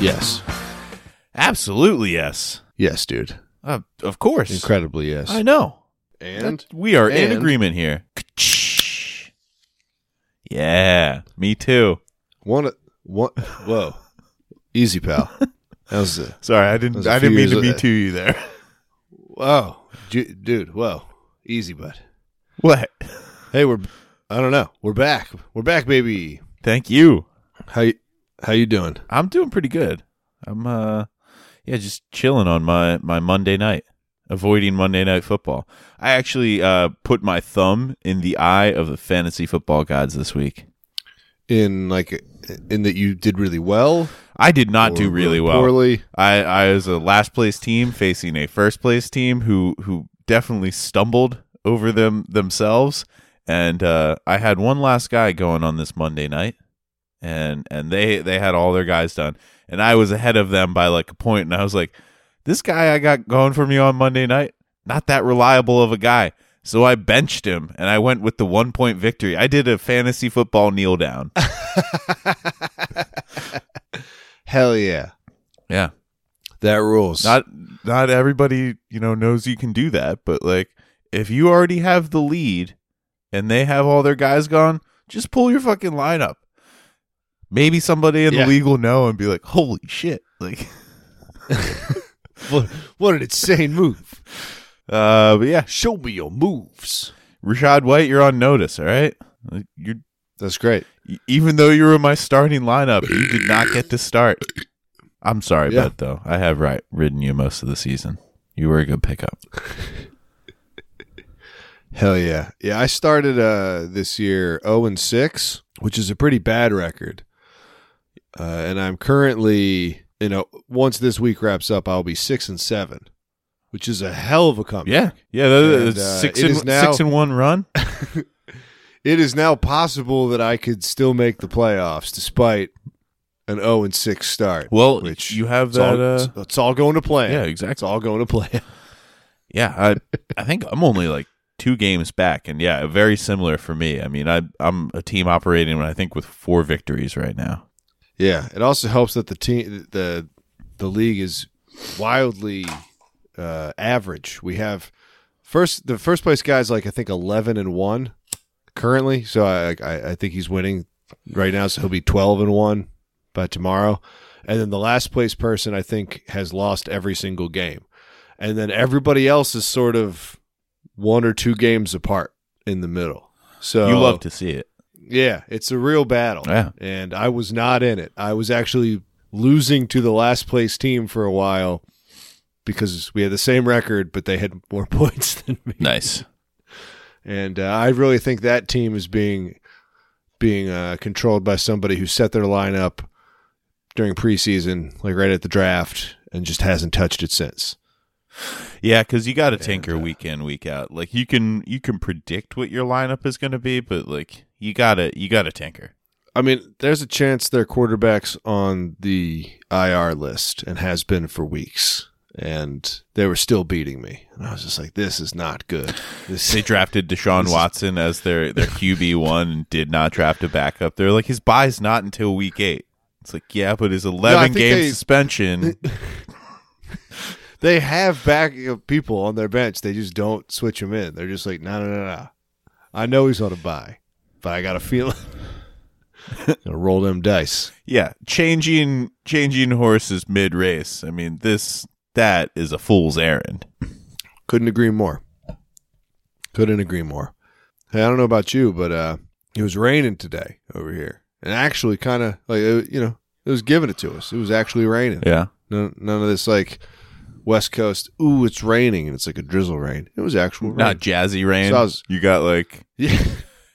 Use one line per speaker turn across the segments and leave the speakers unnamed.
Yes.
Absolutely yes.
Yes, dude.
Uh, of course.
Incredibly yes.
I know.
and
That- we are in
and-
agreement here. Yeah, me too.
one one whoa. Easy pal. That was a,
Sorry, I
That
didn't.
was a
I didn't
few
mean
years
to
of
me
that.
too you there.
whoa. Ju- dude, whoa. Easy bud.
What?
Hey, we're I don't know. We're back. We're back, baby.
Thank you.
How you how you doing?
I'm doing pretty good. I'm uh, yeah, just chilling on my my Monday night, avoiding Monday night football. I actually uh put my thumb in the eye of the fantasy football gods this week.
In like in that you did really well.
I did not
or
do really well.
Poorly.
I, I was a last place team facing a first place team who who definitely stumbled over them themselves, and uh, I had one last guy going on this Monday night, and and they they had all their guys done, and I was ahead of them by like a point, and I was like, this guy I got going for me on Monday night, not that reliable of a guy, so I benched him, and I went with the one point victory. I did a fantasy football kneel down.
Hell yeah.
yeah,
That rules.
not not everybody you know knows you can do that but like if you already have the lead and they have all their guys gone just pull your fucking lineup maybe somebody in
Yeah.
the league will know and be like holy shit like
what, what an insane move.
uh but yeah
Show me your moves.
rashad white you're on notice all right Like, you're
That's great.
e- even though you were in my starting lineup you did not get to start i'm sorry
Yeah.
bud though i have right ridden you most of the season you were a good pickup
Hell yeah. Yeah, I started uh this year 0 and 6, which is a pretty bad record. Uh and I'm currently, you know, once this week wraps up, I'll be 6 and 7, which is a hell of a comeback.
yeah yeah that-
And,
that's
uh,
six
it
and
is now-
six and one run
It is now possible that I could still make the playoffs despite an 0 and 6 start.
Well,
which
you have
it's all,
that. uh,
it's- it's all going to plan.
yeah,
It's
exactly.
all going to plan.
Yeah, I, I think I'm only like two games back, and yeah, very similar for me. I mean, I I'm a team operating, I think, with four victories right now.
Yeah, it also helps that the team, the the league is wildly uh, average. We have first the first place guy's like I think eleven and one currently, so I I, I think he's winning right now. So he'll be twelve and one by tomorrow, and then the last place person I think has lost every single game, and then everybody else is sort of one or two games apart in the middle. So
you love to see it.
yeah, it's a real battle.
Yeah.
And I was not in it. I was actually losing to the last place team for a while because we had the same record, but they had more points than me.
Nice.
And uh, I really think that team is being being uh, controlled by somebody who set their lineup during preseason, like right at the draft, and just hasn't touched it since.
Yeah, because you got to tinker week in, week out. Like you can you can predict what your lineup is going to be, but like you gotta you gotta tinker.
I mean, there's a chance their quarterback's on the IR list and has been for weeks, and they were still beating me. And I was just like, "This is not good." This
They drafted Deshaun Watson as their their QB one, and did not draft a backup. They're like his bye's not until week eight. It's like yeah, but his eleven
think
game
they-
suspension.
they have back people on their bench. They just don't switch them in. They're just like, "No, no, no, no." I know he's on a buy, but I got a feeling. Gonna roll them dice.
yeah changing changing horses mid race i mean this that is a fool's errand
Couldn't agree more. Couldn't agree more. Hey, I don't know about you, but uh, it was raining today over here, and actually, kind of like it, you know, it was giving it to us. It was actually raining.
yeah
No, none of this like West Coast. Ooh, it's raining, and it's like a drizzle rain. It was actual rain.
not jazzy rain
So I was-
you got like
yeah,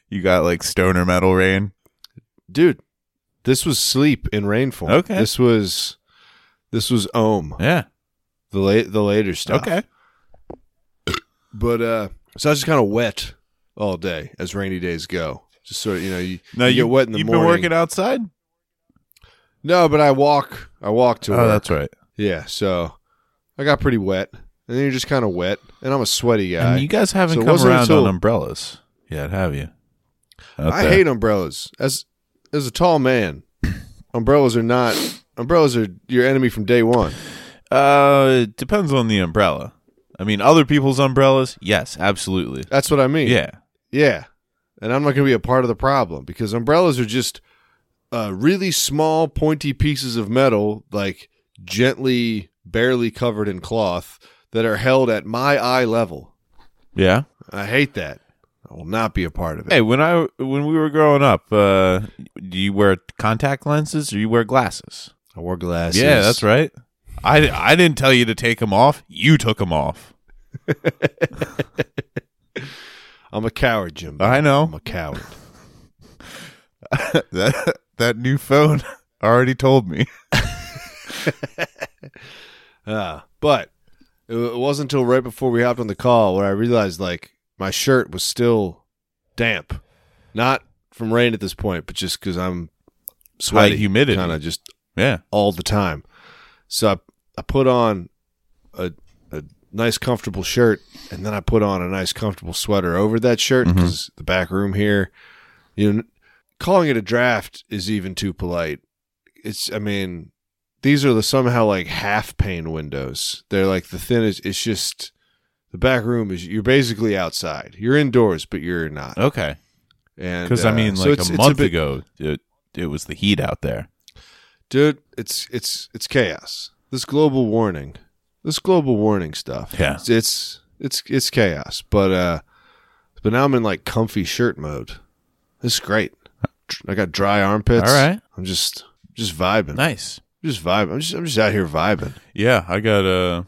you got like stoner metal rain
dude, this was sleep in rain form.
Okay.
this was this was ohm
yeah
the late the later stuff.
okay
But uh so I was just kind of wet all day as rainy days go. Just sort of, you know, you,
now
you get wet in the
you've
morning.
been working outside
No, but I walk. I walk to
oh
work.
that's right
Yeah, so I got pretty wet, and then you're just kind of wet, and I'm a sweaty guy.
and you guys haven't
So it
come
wasn't
around
until-
on umbrellas yet have you Out
I
there.
hate umbrellas. As as a tall man, umbrellas are not umbrellas are your enemy from day one.
Uh, it depends on the umbrella. I mean, other people's umbrellas, yes, absolutely.
That's what I mean.
Yeah.
Yeah. And I'm not going to be a part of the problem because umbrellas are just uh, really small, pointy pieces of metal, like gently, barely covered in cloth, that are held at my eye level.
Yeah.
I hate that. I will not be a part of it.
Hey, when I when we were growing up, uh, do you wear contact lenses or you wear glasses?
I wore glasses.
Yeah, that's right. I, I didn't tell you to take them off. You took them off.
I'm a coward, Jim.
I
I'm
know.
a coward.
that that new phone already told me.
Uh, but it, it wasn't until right before we hopped on the call where I realized like my shirt was still damp, not from rain at this point, but just because I'm sweaty,
High humidity.
kind of just
Yeah.
all the time. So I, I put on a, a nice comfortable shirt, and then I put on a nice comfortable sweater over that shirt
Mhm.
because the back room here, you know, calling it a draft is even too polite. It's, I mean, these are the somehow like half pane windows. They're like the thinnest. It's just the back room is you're basically outside. You're indoors, but you're not.
Okay.
And
Because I
uh,
mean,
so
like
it's-
a
it's
month
bit-
ago, it, it was the heat out there.
dude it's it's it's chaos this global warning this global warning stuff
Yeah.
it's it's it's, it's chaos but uh but now i'm in like comfy shirt mode this is great i got dry armpits
All right.
i'm just just vibing
Nice.
just vibing i'm just i'm just out here vibing
Yeah, I got uh,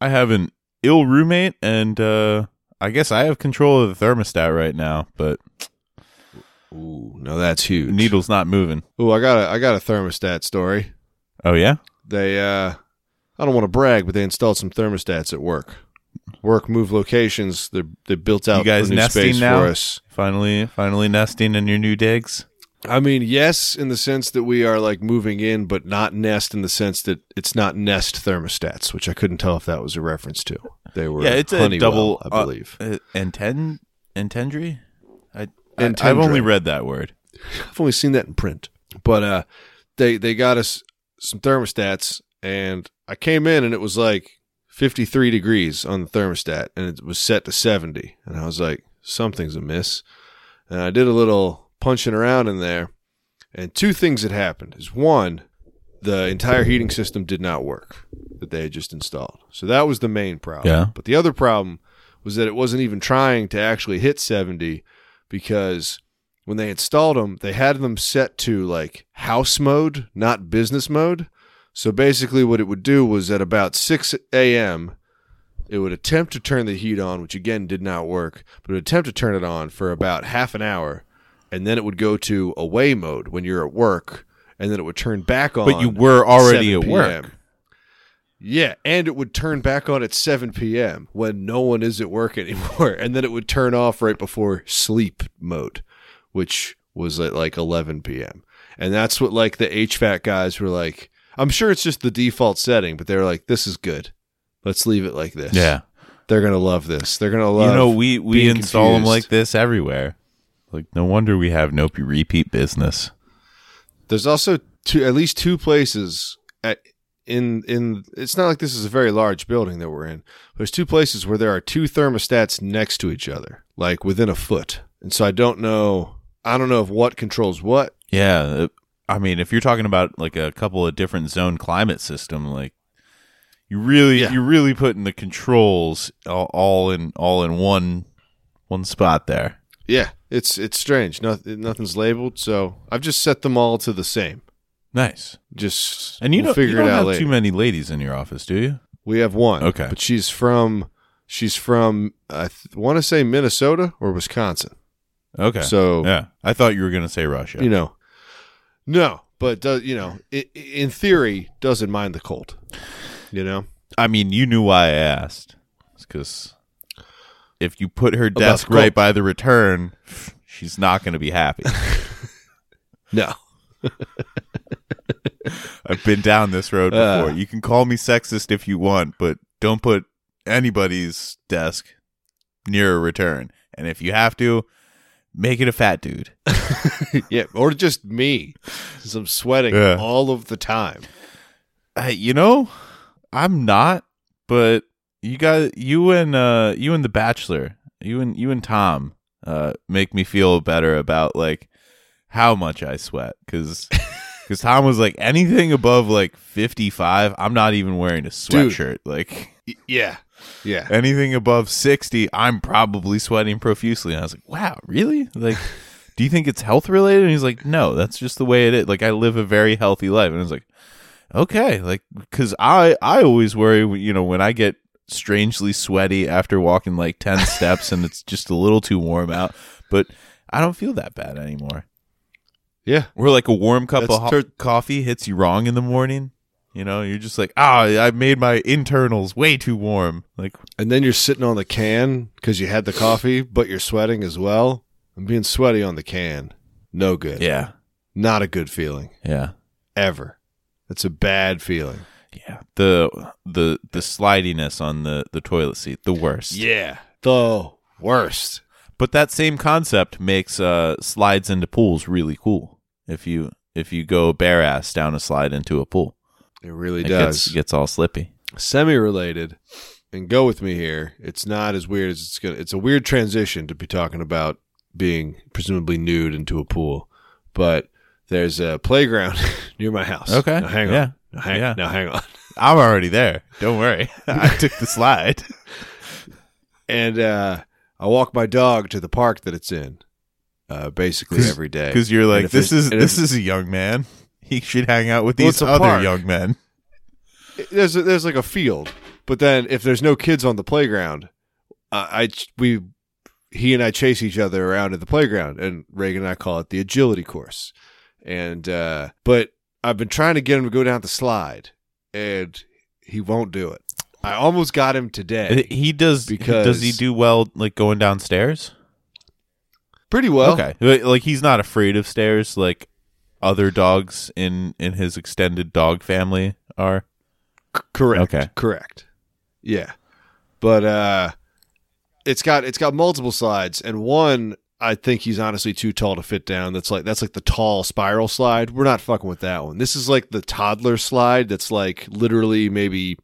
I have an ill roommate, and uh, I guess I have control of the thermostat right now, but
ooh no that's huge
the needle's not moving.
ooh i got a i got a thermostat story
Oh yeah.
they uh i don't want to brag but they installed some thermostats at work work move locations they they built out
guys
a new
nesting
space
now?
for us
Finally, finally nesting in your new digs.
I mean, yes, in the sense that we are like moving in, but not nest in the sense that it's not nest thermostats, which I couldn't tell if that was a reference to. They were
Yeah, it's a
Honeywell,
double,
I believe.
Uh, anten entendry. I, I
Entendre.
I've only read that word.
I've only seen that in print, but uh, they they got us some thermostats, and I came in and it was like fifty three degrees on the thermostat, and it was set to seventy, and I was like, something's amiss, and I did a little punching around in there, and two things had happened is one, the entire heating system did not work that they had just installed, so that was the main problem.
Yeah.
But the other problem was that it wasn't even trying to actually hit seventy because when they installed them, they had them set to like house mode, not business mode. So basically, what it would do was at about 6 a.m., it would attempt to turn the heat on, which again did not work, but it would attempt to turn it on for about half an hour. And then it would go to away mode when you're at work. And then it would turn back on.
But you were already
7
at work.
PM. Yeah, and it would turn back on at 7 p.m. when no one is at work anymore. And then it would turn off right before sleep mode, which was at like 11 p.m. And that's what like the HVAC guys were like, I'm sure it's just the default setting, but they were like, this is good. Let's leave it like this.
Yeah.
They're going to love this. They're going to love
you know, we we
being
install them
confused.
like this everywhere. Like no wonder we have no p- repeat business.
There's also two, at least two places at in in. It's not like this is a very large building that we're in. There's two places where there are two thermostats next to each other, like within a foot. And so I don't know. I don't know if what controls what.
Yeah, uh, I mean, if you're talking about like a couple of different zone climate system, like you really
Yeah.
you're really putting the controls all, all in all in one one spot there.
Yeah, it's it's strange. Nothing nothing's labeled, so I've just set them all to the same.
Nice.
Just
And you
we'll
don't, you
figure
don't
it out
have
later.
too many ladies in your office, do you?
We have one.
Okay.
But she's from she's from I th- want to say Minnesota or Wisconsin.
Okay.
So
yeah, I thought you were going to say Russia.
you know, no, but does you know, i i- in theory, doesn't mind the cold. You know,
I mean, you knew why I asked. because if you put her
About
desk
the
right
gold.
by the return, she's not going to be happy.
no,
I've been down this road
Uh.
before. you can call me sexist if you want, but don't put anybody's desk near a return. And if you have to, make it a fat dude.
yeah, or just me, 'cause I'm sweating
Yeah.
all of the time.
I, you know, I'm not, but you guys, you and uh, you and the Bachelor, you and you and Tom, uh, make me feel better about like how much I sweat because because Tom was like anything above like 55, I'm not even wearing a
Dude.
sweatshirt. Like
Yeah. Yeah.
anything above 60, I'm probably sweating profusely. And I was like, wow, really? Like. Do you think it's health related? And he's like, no, that's just the way it is. Like, I live a very healthy life. And I was like, okay like because i i always worry you know when i get strangely sweaty after walking like 10 steps and it's just a little too warm out but i don't feel that bad anymore
Yeah.
or like a warm cup
That's
of ho-
tur-
coffee hits you wrong in the morning you know you're just like ah i made my internals way too warm like
And then you're sitting on the can because you had the coffee, but you're sweating as well. I'm being sweaty on the can. No good.
yeah
Not a good feeling
yeah
ever. That's a bad feeling.
yeah the the the slidiness on the the toilet seat the worst
Yeah. The worst.
But that same concept makes uh, slides into pools really cool. If you if you go bare ass down a slide into a pool,
It really
it
does.
gets gets all slippy.
Semi related, and go with me here. It's not as weird as it's gonna. It's a weird transition to be talking about being presumably nude into a pool, but there's a playground near my house.
Okay.
Now uh, hang on.
Yeah.
Now hang,
Yeah.
now hang on.
I'm already there. Don't worry. I took the slide.
and uh, I walk my dog to the park that it's in, uh, basically
'Cause-
every day.
Because you're
And
like,
if
this
there's-
is
and
this
if-
is a young man. He should hang out with
Well,
these
it's a
other
park.
young men.
there's a, there's like a field, but then if there's no kids on the playground, I, I ch- we he and I chase each other around at the playground, and Reagan and I call it the agility course. And uh, but I've been trying to get him to go down the slide, and he won't do it. I almost got him today,
He does.
Because-
does he do well like going downstairs?
pretty well.
okay. Like he's not afraid of stairs like other dogs in in his extended dog family are.
C- correct.
Okay.
Correct. Yeah. But uh it's got it's got multiple slides and one I think he's honestly too tall to fit down. That's like that's like the tall spiral slide. We're not fucking with that one. This is like the toddler slide that's like literally maybe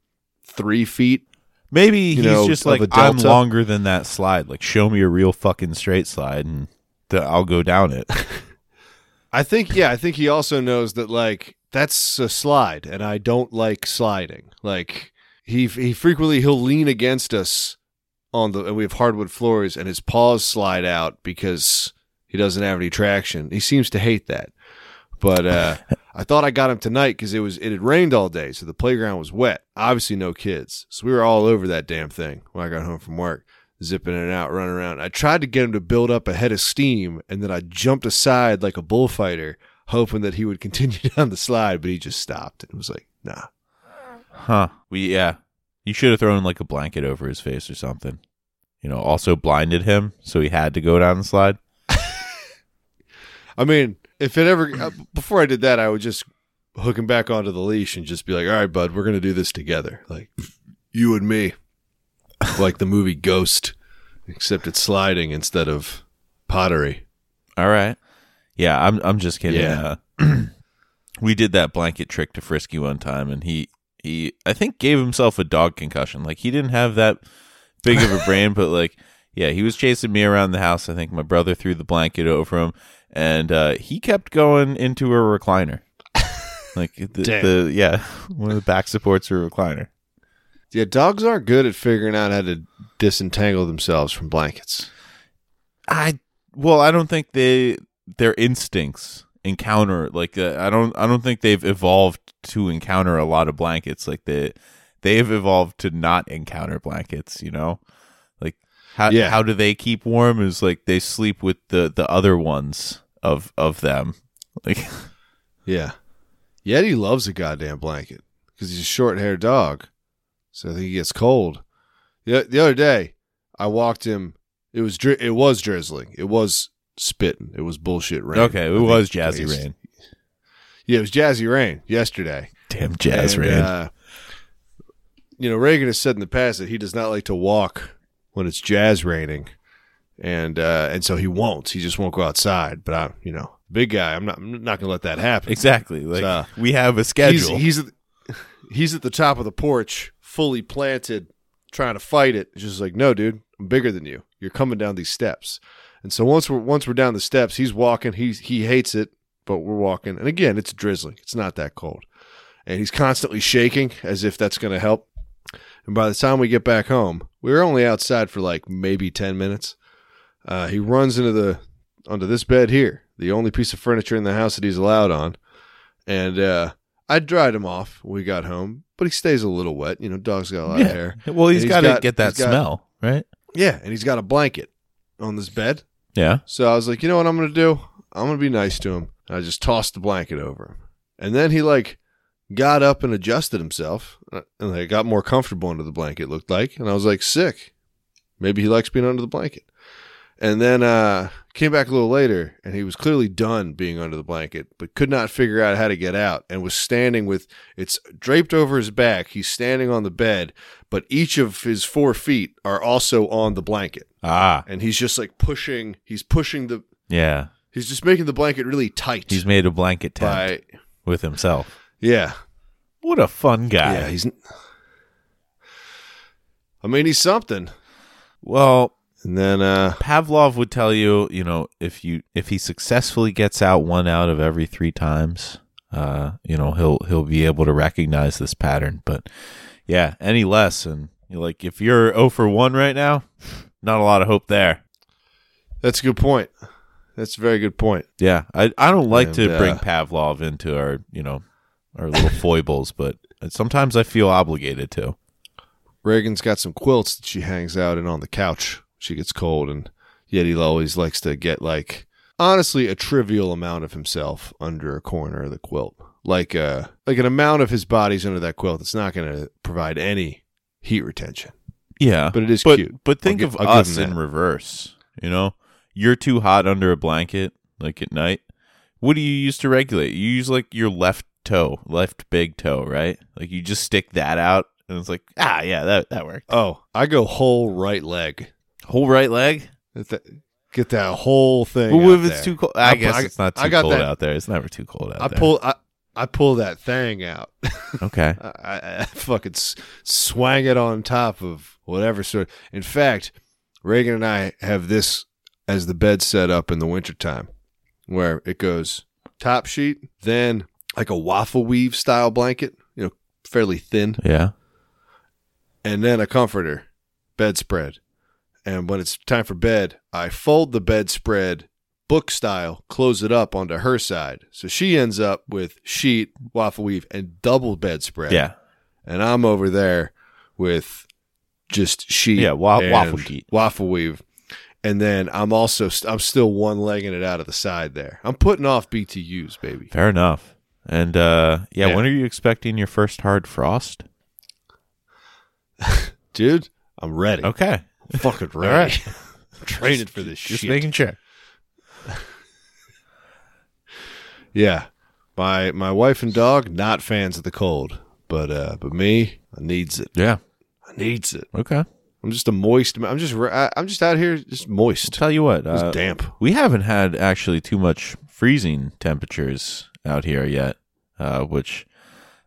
three feet.
Maybe
you
he's
know, of
just like
a
I'm
delta."
longer than that slide. Like show me a real fucking straight slide, and th- I'll go down it.
I think yeah, I think he also knows that like that's a slide and I don't like sliding. Like he he frequently he'll lean against us on the and we have hardwood floors and his paws slide out because he doesn't have any traction. He seems to hate that. But uh, I thought I got him tonight because it was it had rained all day, so the playground was wet. Obviously, no kids, so we were all over that damn thing when I got home from work, zipping in and out, running around. I tried to get him to build up a head of steam, and then I jumped aside like a bullfighter, hoping that he would continue down the slide, but he just stopped and was like, "Nah."
Huh? We yeah. You should have thrown like a blanket over his face or something. You know, also blinded him, so he had to go down the slide.
I mean, if it ever uh, before I did that, I would just hook him back onto the leash and just be like, "All right, bud, we're gonna do this together, like you and me, like the movie Ghost, except it's sliding instead of pottery."
All right. Yeah, I'm. I'm just kidding.
Yeah.
Uh, we did that blanket trick to Frisky one time, and he he I think gave himself a dog concussion. Like he didn't have that big of a brain, but like yeah, he was chasing me around the house. I think my brother threw the blanket over him, and uh, he kept going into a recliner. Like the,
Damn.
the yeah, one of the back supports or recliner.
Yeah, dogs aren't good at figuring out how to disentangle themselves from blankets.
I well, I don't think they their instincts encounter like uh, I don't I don't think they've evolved to encounter a lot of blankets like they they've evolved to not encounter blankets, you know? Like how
Yeah.
how do they keep warm is like they sleep with the the other ones of of them. Like
Yeah, Yeti loves a goddamn blanket because he's a short-haired dog, so I think he gets cold. The, the other day, I walked him. It was dri- it was drizzling. It was spitting. It was bullshit rain.
okay,
I
it was
think-
Jazzy
it's-
Rain.
Yeah, it was Jazzy Rain yesterday.
Damn Jazz
And,
Rain.
uh, you know, Reagan has said in the past that he does not like to walk when it's jazz raining, and uh, and so he won't. He just won't go outside. But I'm, you know, big guy. I'm not I'm not gonna let that happen.
exactly. Like
so-
we have a
He's
schedule.
he's he's at the top of the porch, fully planted, trying to fight it. It's just like, no, dude, I'm bigger than you. You're coming down these steps. And so once we're once we're down the steps, he's walking. He he hates it, but we're walking. And again, it's drizzling. It's not that cold, and he's constantly shaking as if that's going to help. And by the time we get back home, we were only outside for like maybe ten minutes. Uh, he runs into the onto this bed here, the only piece of furniture in the house that he's allowed on, and uh, I dried him off when we got home. But he stays a little wet. You know, dogs got a lot
Yeah.
of hair.
Well,
And he's
he's got to
got-
get that
he's got-
smell, right?
Yeah, and he's got a blanket on this bed.
Yeah.
So I was like, you know what I'm gonna do? I'm gonna be nice to him. And I just tossed the blanket over him, and then he like got up and adjusted himself, uh, and like got more comfortable under the blanket. Looked like, and I was like, sick. Maybe he likes being under the blanket. And then uh, came back a little later, and he was clearly done being under the blanket, but could not figure out how to get out, and was standing with it's draped over his back. He's standing on the bed, but each of his four feet are also on the blanket,
Ah.
and he's just like pushing. He's pushing the
Yeah.
He's just making the blanket really tight.
He's made a blanket tent
by
with himself.
yeah,
What a fun guy.
yeah. He's. I mean, he's something.
well,
And then, uh
Pavlov would tell you, you know, if you if he successfully gets out one out of every three times, uh, you know, he'll he'll be able to recognize this pattern. But yeah, any less, and you're like if you're 0 for one right now, not a lot of hope there.
that's a good point. That's a very good point.
Yeah, I I don't like
And,
to
uh,
bring Pavlov into our you know our little foibles, but sometimes I feel obligated to.
Reagan's got some quilts that she hangs out in on the couch. She gets cold, and yet he always likes to get like honestly a trivial amount of himself under a corner of the quilt, like uh like an amount of his body's under that quilt that's not going to provide any heat retention,
Yeah,
but it is
but
cute.
but think
gi-
of
I'll give
us
him
in
that.
reverse. You know, you're too hot under a blanket, like at night. What do you use to regulate? You use like your left toe, left big toe, right? Like you just stick that out, and it's like, ah, yeah, that that worked.
Oh, I go whole right leg.
Whole right leg.
Get that, get that whole thing.
Well,
out
if it's
there.
too cold, I,
I-
guess
I-
it's not too
I got
cold
that-
out there. It's never too cold out
I
there.
pull I, I pull that thing out.
Okay.
I, I, I fucking s- swang it on top of whatever sort. In fact, Reagan and I have this as the bed set up in the wintertime, where it goes top sheet, then like a waffle weave style blanket, you know, fairly thin,
Yeah.
and then a comforter, bedspread. And when it's time for bed, I fold the bedspread book style, close it up onto her side. So she ends up with sheet, waffle weave, and double bedspread.
Yeah.
And I'm over there with just sheet.
Yeah, wa-
and
waffle geek.
Waffle weave. And then I'm also, st- I'm still one legging it out of the side there. I'm putting off BTUs, baby.
Fair enough. And uh, yeah,
Yeah.
when are you expecting your first hard frost?
Dude, I'm ready.
Okay.
I'm fucking ready.
right.
I'm training for this
Just
shit.
making sure.
Yeah. My my wife and dog not fans of the cold, but uh but me I needs it.
Yeah.
I needs it.
Okay.
I'm just a moist. I'm just re- I, I'm just out here just moist.
Tell you what.
Just
uh,
damp.
We haven't had actually too much freezing temperatures out here yet, uh, which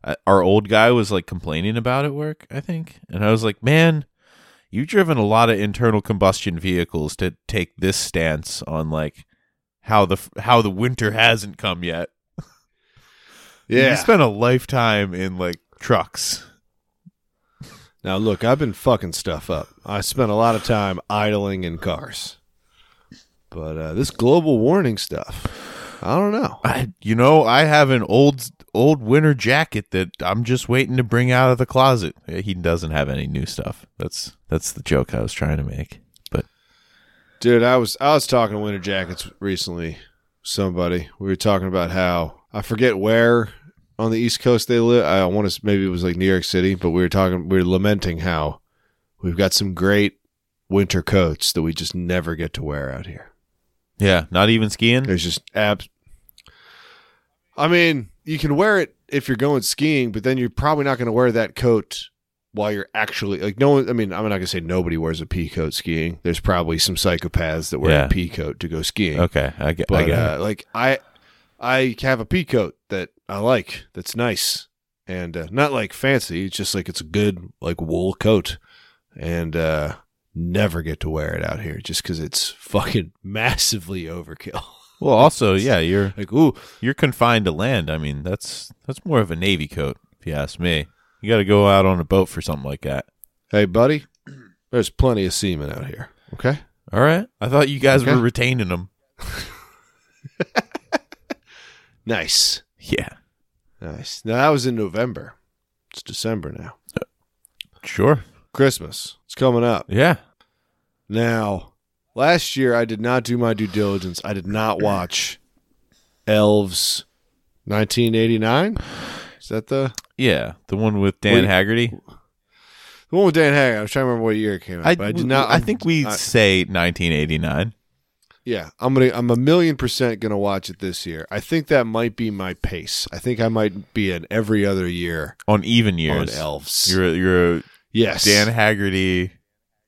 uh, our old guy was like complaining about at work, I think. And I was like, man, you've driven a lot of internal combustion vehicles to take this stance on like how the how the winter hasn't come yet.
Yeah.
You spent a lifetime in like trucks.
now look, I've been fucking stuff up. I spent a lot of time idling in cars, but uh this global warning stuff, I don't know.
I, you know, I have an old old winter jacket that I'm just waiting to bring out of the closet. He doesn't have any new stuff. That's that's the joke I was trying to make. But
Dude, I was I was talking winter jackets recently. with Somebody we were talking about how I forget where on the East Coast they live. I want to maybe it was like New York City, but we were talking we were lamenting how we've got some great winter coats that we just never get to wear out here.
yeah, not even skiing.
There's just abs. I mean, you can wear it if you're going skiing, but then you're probably not going to wear that coat while you're actually like no one. I mean, I'm not going to say nobody wears a pea coat skiing. There's probably some psychopaths that wear
Yeah.
a pea coat to go skiing.
Okay, I get. I
But
get it.
uh, like I, I have a pea coat that I like. That's nice. and uh, not like fancy. It's just like it's a good like wool coat, and uh, never get to wear it out here just because it's fucking massively overkill.
Well, also, yeah, you're
like, ooh,
you're confined to land. I mean, that's that's more of a navy coat, if you ask me. You got to go out on a boat for something like that.
hey buddy, there's plenty of semen out here. Okay,
All right, I thought you guys
Okay.
were retaining them.
nice,
Yeah,
nice. Now that was in November. It's December now.
sure.
Christmas. It's coming up.
Yeah,
Now, last year I did not do my due diligence. I did not watch Elves 1989. Is that the
yeah. The one with Dan
Wait.
Haggerty.
the one with Dan Hag? I was trying to remember what year it came out,
I,
but I did not.
I think we
I-
say 1989.
yeah, I'm gonna. I'm a million percent gonna watch it this year. I think that might be my pace. I think I might be in every other year
on even
on
years.
Elves.
You're you're a
yes,
Dan Haggerty,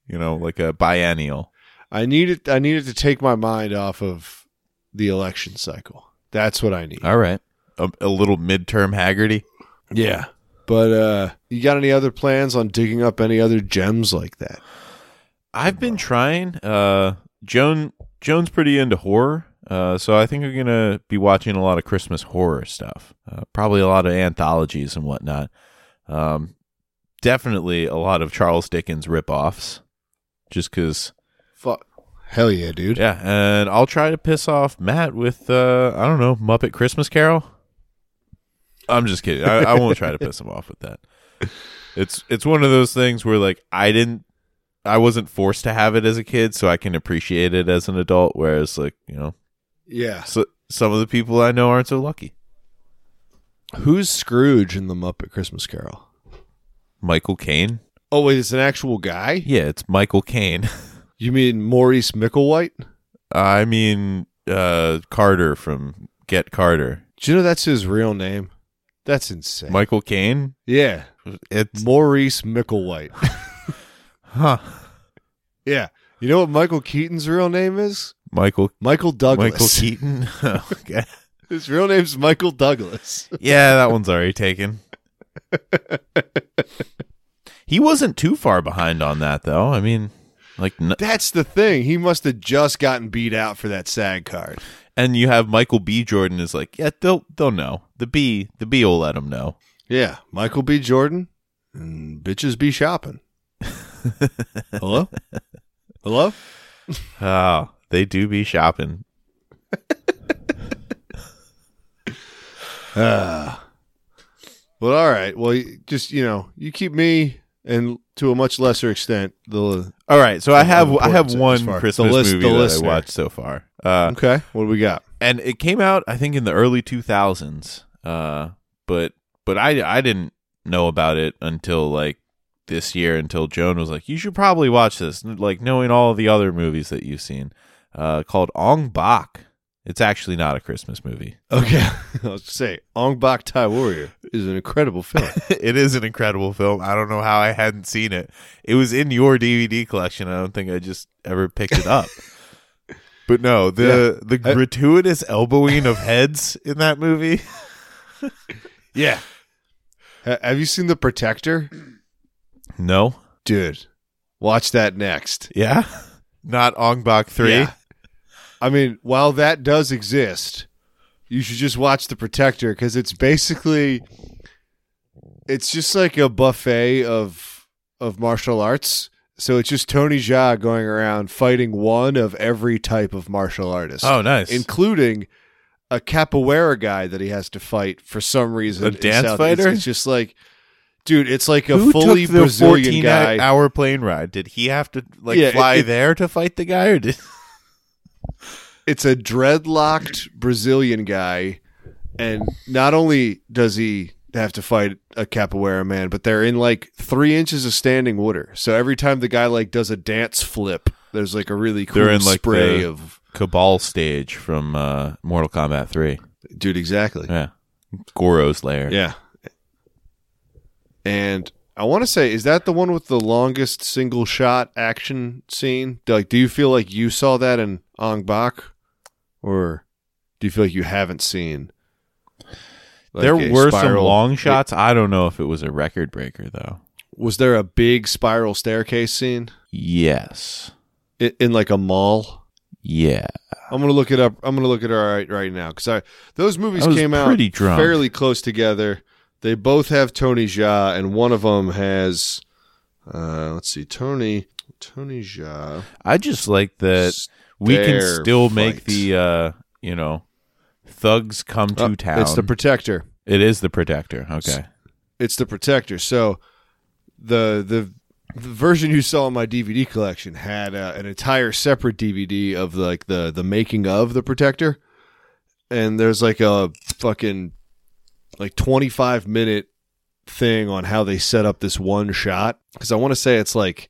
you know, like a biennial.
I needed. I needed to take my mind off of the election cycle. That's what I need.
All right, a, a little midterm Haggerty.
Yeah. But uh you got any other plans on digging up any other gems like that?
I've been trying. Uh, Joan Joan's pretty into horror, uh, so I think I'm gonna be watching a lot of Christmas horror stuff. Uh, probably a lot of anthologies and whatnot. Um, definitely a lot of Charles Dickens ripoffs, just because
Fuck. Hell yeah, dude.
Yeah, and I'll try to piss off Matt with uh, I don't know Muppet Christmas Carol. I'm just kidding. I, I won't try to piss him off with that. It's it's one of those things where like I didn't, I wasn't forced to have it as a kid, so I can appreciate it as an adult. Whereas like you know,
Yeah.
so, some of the people I know aren't so lucky.
Who's Scrooge in the Muppet Christmas Carol?
Michael Caine.
Oh wait, it's an actual guy?
Yeah, it's Michael Caine.
You mean Maurice Micklewhite?
I mean uh, Carter from Get Carter.
Do you know that's his real name? That's insane.
Michael Caine.
yeah.
It's
Maurice Micklewhite.
huh.
yeah. You know what Michael Keaton's real name is?
Michael
Michael Douglas.
Michael Keaton. okay.
His real name's Michael Douglas.
Yeah, that one's already taken. he wasn't too far behind on that, though. I mean, like, n-
That's the thing. He must have just gotten beat out for that SAG card.
and you have Michael B. Jordan is like, yeah, they'll they'll know. The B, the B will let them know.
Yeah, Michael B. Jordan and bitches be shopping. Hello? Hello?
Oh, they do be shopping.
Ah. Well, all right. Well, you- just, you know, you keep me and to a much lesser extent the
All right, so I have I have
Importance as
one
far- the
Christmas
list-
movie
the
that I
listener.
watched so far. Uh,
Okay, what do we got?
and it came out I think in the early 2000s. Uh, but but I I didn't know about it until like this year until Joan was like, "You should probably watch this." Like knowing all the other movies that you've seen, uh, called Ong Bak. It's actually not a Christmas movie.
Okay. I was to say Ong Bak Thai Warrior is an incredible film.
it is an incredible film. I don't know how I hadn't seen it. It was in your DVD collection. I don't think I just ever picked it up. but no, the the
I-
gratuitous elbowing of heads in that movie.
yeah. Ha- have you seen The Protector?
No.
Dude, watch that next.
Yeah. Not Ong Bak 3.
Yeah. I mean, while that does exist, you should just watch The Protector because it's basically it's just like a buffet of of martial arts. So it's just Tony Jaa going around fighting one of every type of martial artist,
Oh, nice.
including a capoeira guy that he has to fight for some reason.
A
in
dance
South-
fighter?
It's, it's just like, dude, it's like a
Who
fully
took the
Brazilian guy.
hour plane ride? Did he have to like
Yeah, it-
fly
it-
there to fight the guy, or did
it's a dreadlocked Brazilian guy, and not only does he have to fight a capoeira man, but they're in like three inches of standing water. So every time the guy like does a dance flip, there's like a really cool
They're in, like,
spray
the-
of
Cabal stage from uh, Mortal Kombat Three?
dude. Exactly.
Yeah, Goro's lair.
Yeah. And I want to say, is that the one with the longest single shot action scene? Do- Like, do you feel like you saw that in Ong Bak, or do you feel like you haven't seen? like
there
a
were some
spiral-
long shots. I don't know if it was a record breaker though.
Was there a big spiral staircase scene
Yes.
in, in like a mall?
Yeah.
I'm gonna look it up. I'm gonna look at it right right now because I those movies
I was
came out
pretty drunk.
fairly close together. They both have Tony Jaa, and one of them has uh, let's see, Tony Tony Jaa.
I just like that we can
Stair
still
fight.
make the uh, you know, thugs come to
Uh,
town.
It's the protector.
it is the protector. Okay.
It's the protector. So the the. The version you saw in my DVD collection had uh, an entire separate DVD of like the the making of the Protector, and there's like a fucking like 25 minute thing on how they set up this one shot because I want to say it's like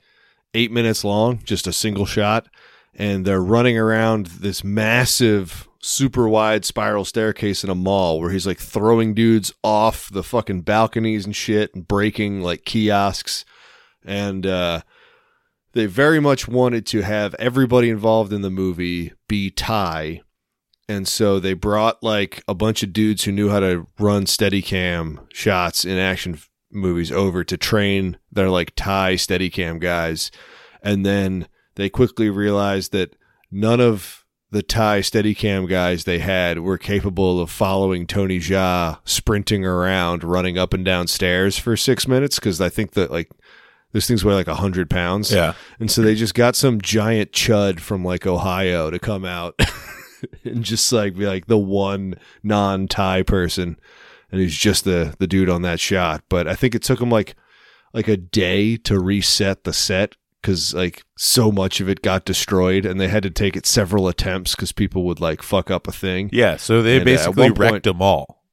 eight minutes long, just a single shot, and they're running around this massive, super wide spiral staircase in a mall where he's like throwing dudes off the fucking balconies and shit and breaking like kiosks and uh they very much wanted to have everybody involved in the movie be Thai. And so they brought like a bunch of dudes who knew how to run Steadicam shots in action f- movies over to train their like Thai Steadicam guys. And then they quickly realized that none of the Thai Steadicam guys they had were capable of following Tony Jaa sprinting around, running up and down stairs for six minutes. Cause I think that like those things weigh like a hundred pounds.
Yeah.
And so they just got some giant chud from like Ohio to come out and just like be like the one non Thai person. And he's just the, the dude on that shot. But I think it took him like like a day to reset the set because like so much of it got destroyed and they had to take it several attempts because people would like fuck up a thing.
Yeah, so they
And, uh, at
basically
one
wrecked
point-
them all.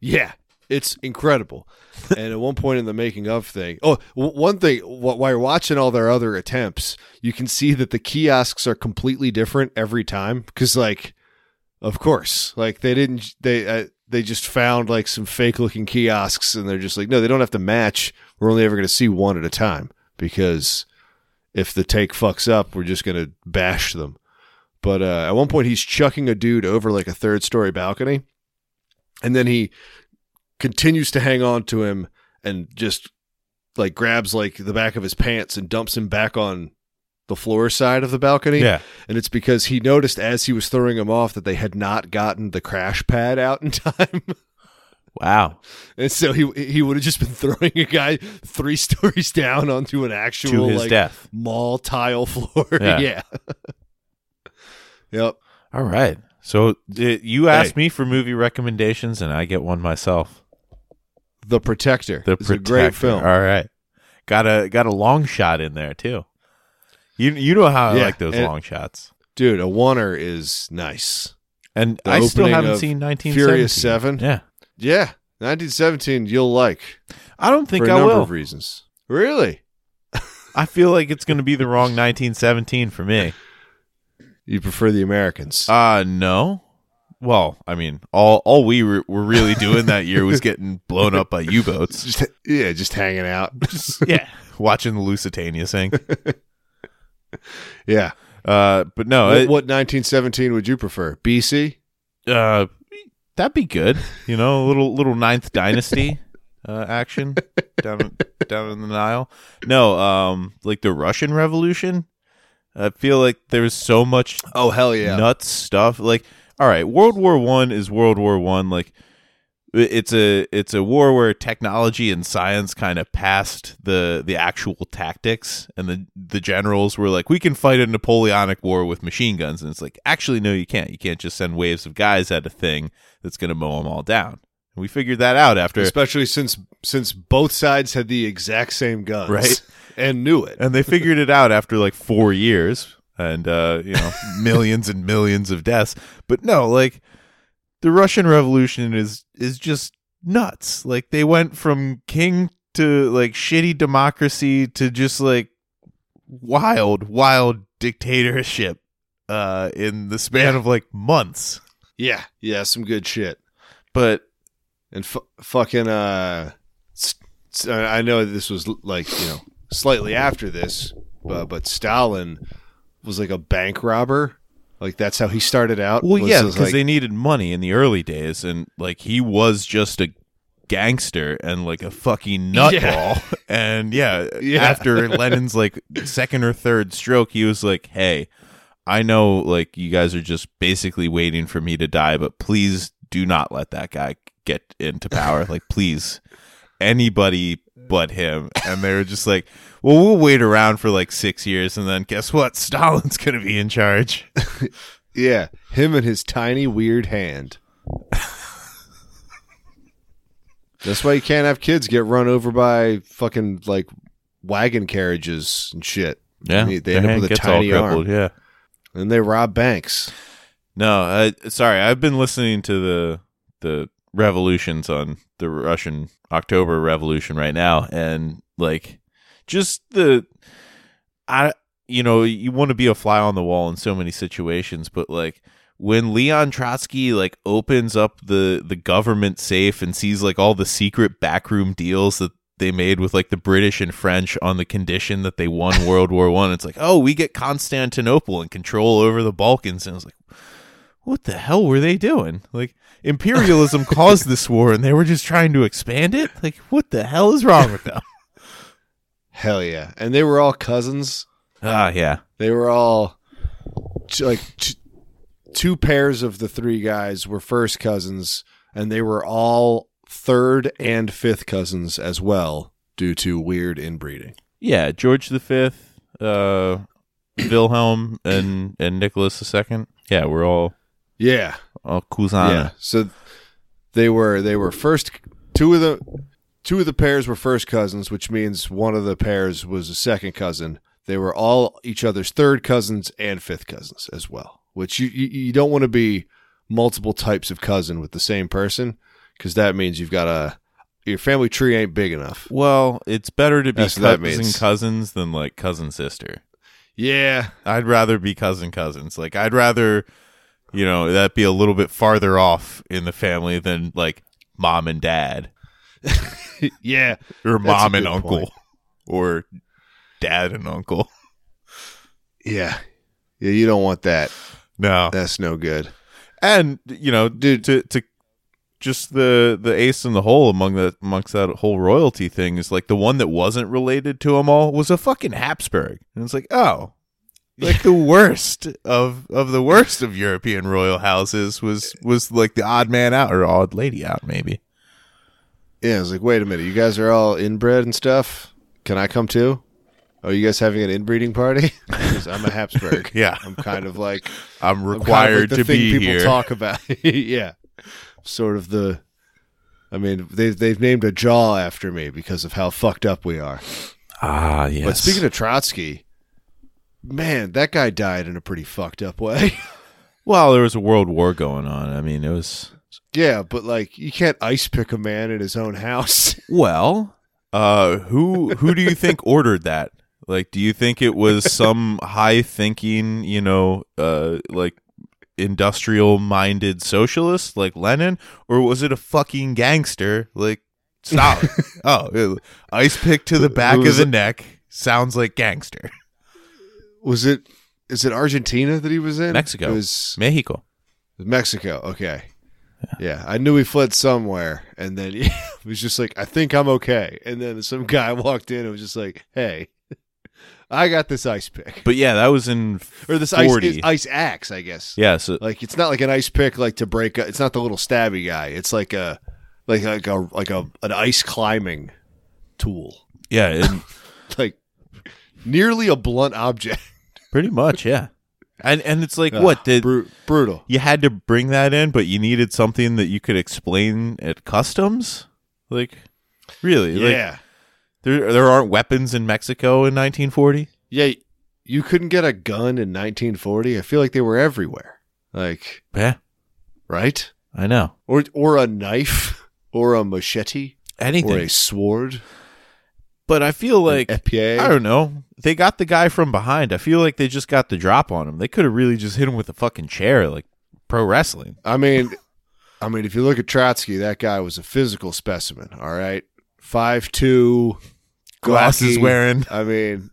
Yeah, it's incredible. and at one point in the making of thing, oh, w- one thing wh- while you're watching all their other attempts, you can see that the kiosks are completely different every time because, like, of course, like they didn't they uh, they just found like some fake looking kiosks and they're just like, no, they don't have to match. We're only ever going to see one at a time because if the take fucks up, we're just going to bash them. But uh, at one point, he's chucking a dude over like a third story balcony. And then he continues to hang on to him and just like grabs like the back of his pants and dumps him back on the floor side of the balcony.
Yeah.
And it's because he noticed as he was throwing him off that they had not gotten the crash pad out in time.
Wow.
and so he he would have just been throwing a guy three stories down onto an actual
To his
like
death.
mall tile floor.
Yeah.
Yeah. yep.
All right. So uh, you asked me for movie recommendations, and I get one myself.
The Protector.
The
it's
Protector.
a great film.
All right. Got a got a long shot in there too. You you know how I
Yeah,
like those
and-
long shots.
Dude, a oneer is nice.
And
The
I still
opening
haven't
of
seen 19
Furious Seven.
Yeah.
Yeah, 1917 you'll like
I don't think
for a
I
number
will.
of reasons. Really?
I feel like it's going to be the wrong 1917 for me.
You prefer the Americans?
Uh no. Well, I mean, all all we were, were really doing that year was getting blown up by U-boats.
Just- yeah, just hanging out.
Yeah, watching the Lusitania sink.
yeah.
Uh, but no,
what,
it-
what 1917 would you prefer? BC?
uh, that'd be good. You know, a little little Ninth Dynasty uh, action down down in the Nile. No, um, like the Russian Revolution. I feel like there was so much
Oh hell yeah.
nuts stuff. Like, all right, World War One is World War One. Like, i- it's a it's a war where technology and science kind of passed the the actual tactics, and the the generals were like, we can fight a Napoleonic war with machine guns, and it's like, actually, no, you can't. You can't just send waves of guys at a thing that's going to mow them all down. And we figured that out after.
Especially since since both sides had the exact same guns,
Right.
And knew it.
And they figured it out after like four years and, uh, you know, millions and millions of deaths. But no, like the Russian Revolution is, is just nuts. Like they went from king to like shitty democracy to just like wild, wild dictatorship, uh, in the span of like months.
Yeah, yeah, some good shit.
But
and fu- fucking uh s- s- I know this was like you know slightly after this uh, but Stalin was like a bank robber Like that's how he started out.
Well,
was
yeah,
just
because
like-
they needed money in the early days, and like he was just a gangster and like a fucking nutball. And yeah,
Yeah.
after Lennon's like second or third stroke, he was like, "Hey, I know like you guys are just basically waiting for me to die, but please do not let that guy get into power. like, please, anybody." But him, and they were just like, "Well, we'll wait around for like six years, and then guess what? Stalin's gonna be in charge."
yeah, him and his tiny weird hand. that's why you can't have kids get run over by fucking like wagon carriages and shit.
Yeah,
They- they
their
end up
hand
with a
gets all
tiny arm.
crippled, Yeah.
And they rob banks.
No, I, sorry, I've been listening to the the revolutions on the Russian October Revolution right now, and like just the I you know you want to be a fly on the wall in so many situations, but like when Leon Trotsky like opens up the the government safe and sees like all the secret backroom deals that they made with like the British and French on the condition that they won World War One. It's like, oh, we get Constantinople and control over the Balkans, and I was like, what the hell were they doing? Like imperialism caused this war, and they were just trying to expand it. Like, what the hell is wrong with them?
Hell yeah. And they were all cousins.
Ah, yeah.
They were all t- like t- two pairs of the three guys were first cousins, and they were all third and fifth cousins as well due to weird inbreeding.
Yeah, George the Fifth, uh, Wilhelm, and and Nicholas the Second. Yeah, we're all
Yeah,
all
yeah.
cousins.
Uh, So they were they were first two of the two of the pairs were first cousins, which means one of the pairs was a second cousin. They were all each other's third cousins and fifth cousins as well, which you you, you don't want to be multiple types of cousin with the same person because that means you've got a your family tree ain't big enough.
Well, it's better to be
That's what that
cousin
means.
cousins than like cousin sister.
Yeah,
I'd rather be cousin cousins. Like I'd rather, you know, that be a little bit farther off in the family than like mom and dad.
yeah,
or
That's a
mom and
good
uncle
point.
or dad and uncle.
yeah, yeah. You don't want that.
No.
That's no good.
And you know, dude to to just the the ace in the hole among the amongst that whole royalty thing is like the one that wasn't related to them all was a fucking Habsburg. And it's like, oh, like the worst of of the worst of European royal houses was was like the odd man out or odd lady out maybe.
Yeah, I was like, wait a minute, you guys are all inbred and stuff. Can I come too? Are you guys having an inbreeding party? 'Cause I'm a Habsburg.
Yeah.
I'm kind of like
I'm
I'm kind of like
required
the
to
thing
be
people
here.
talk about. yeah, sort of the. I mean, they they've named a jaw after me because of how fucked up we are.
ah, yes.
But speaking of Trotsky, man, that guy died in a pretty fucked up way.
well, there was a world war going on. I mean, it was
yeah, but like you can't ice pick a man in his own house.
Well, uh, who who do you think ordered that? Like, do you think it was some high thinking, you know, uh, like industrial minded socialist like Lenin, or was it a fucking gangster like Stalin? oh, it- ice pick to the back
Who
of
was
the
it?
neck sounds like gangster.
was it? Is it Argentina that he was in?
Mexico.
It was
Mexico.
Mexico. Okay. Yeah, I knew he fled somewhere, and then he was just like, "I think I'm okay." And then some guy walked in and was just like, "Hey, I got this ice pick
But yeah, that was in
or this
forty.
ice ice axe, I guess."
yeah, so
Like it's not like an ice pick, like to break. A, it's not the little stabby guy. It's like a like like a like a an ice climbing tool,
yeah, and
like nearly a blunt object.
pretty much, yeah. And and it's like
Ah,
what did
bru- brutal?
you had to bring that in, but you needed something that you could explain at customs. Like, really? Like,
yeah.
there there aren't weapons in Mexico in 1940.
Yeah, you couldn't get a gun in 1940. I feel like they were everywhere. Like,
Yeah,
right?
I know.
Or or a knife, or a machete, or
Anything,
a sword,
but I feel like
an EPA.
I don't know. They got the guy from behind. I feel like they just got the drop on him. They could have really just hit him with a fucking chair, like pro wrestling.
I mean, I mean, if you look at Trotsky, that guy was a physical specimen. All right, five two,
Glasses wearing.
I mean,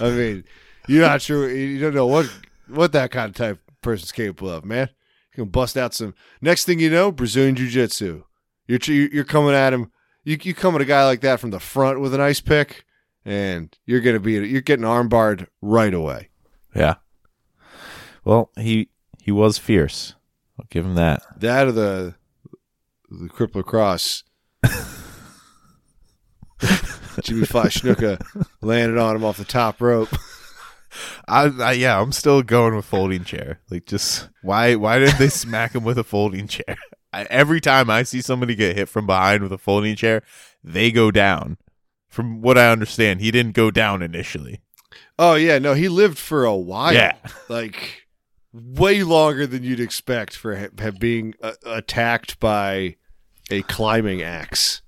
I mean, you're not sure. You don't know what what that kind of type person's capable of, man. You can bust out some. Next thing you know, Brazilian Jiu Jitsu. You're tr- you're coming at him. You you come at a guy like that from the front with an ice pick, and you're gonna be you're getting armbarred right away.
Yeah. Well, he he was fierce. I'll give him that.
That or the the Crippler Cross. Jimmy Five Schnuka landed on him off the top rope.
I, I yeah, I'm still going with folding chair. Like, just why why did they smack him with a folding chair? I, every time I see somebody get hit from behind with a folding chair, they go down. From what I understand, he didn't go down initially.
Oh yeah, no, he lived for a while.
yeah,
like way longer than you'd expect for ha- ha- being uh, attacked by a climbing axe.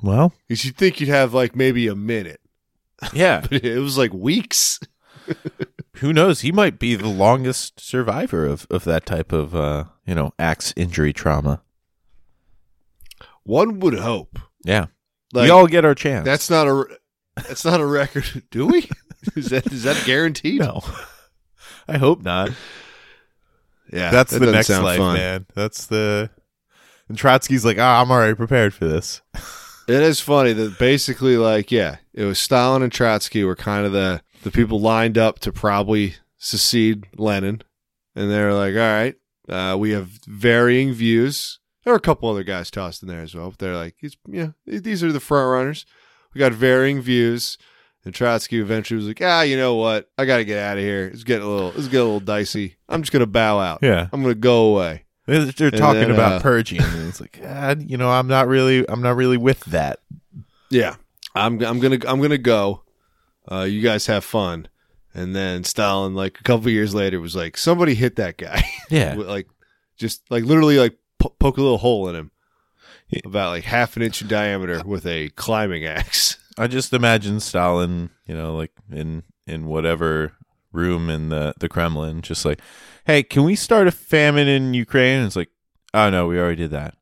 well,
You should think you'd have like maybe a minute,
yeah.
but it was like weeks.
Who knows? He might be the longest survivor of of that type of uh, you know axe injury trauma.
One would hope.
Yeah,
Like
we all get our chance.
that's not a that's not a record, do we? is that is that guaranteed?
no. I hope not.
Yeah,
That's
that
the
doesn't
next
sound
life,
fun.
man. That's the. And Trotsky's like, ah, I'm already prepared for this.
It is funny that basically, like, yeah, it was Stalin and Trotsky were kind of the the people lined up to probably secede Lenin, and they were like, all right, uh, we have varying views. There were a couple other guys tossed in there as well, but they're like, it's, yeah, these are the front runners. We got varying views, and Trotsky eventually was like, ah, you know what, I got to get out of here. It's getting a little, it's getting a little dicey. I'm just gonna bow out.
Yeah,
I'm gonna go away.
they're, they're
And
talking
then,
about
uh,
purging. And it's like, ah, you know, I'm not really, I'm not really with that.
Yeah, I'm I'm gonna I'm gonna go. Uh, you guys have fun, and then Stalin, like a couple years later, was like, somebody hit that guy,
Yeah,
like just like literally like po- poke a little hole in him,
Yeah.
about like half an inch in diameter with a climbing axe.
I just imagine Stalin, you know, like in in whatever room in the the Kremlin, just like, hey, can we start a famine in Ukraine? And it's like, oh no, we already did that.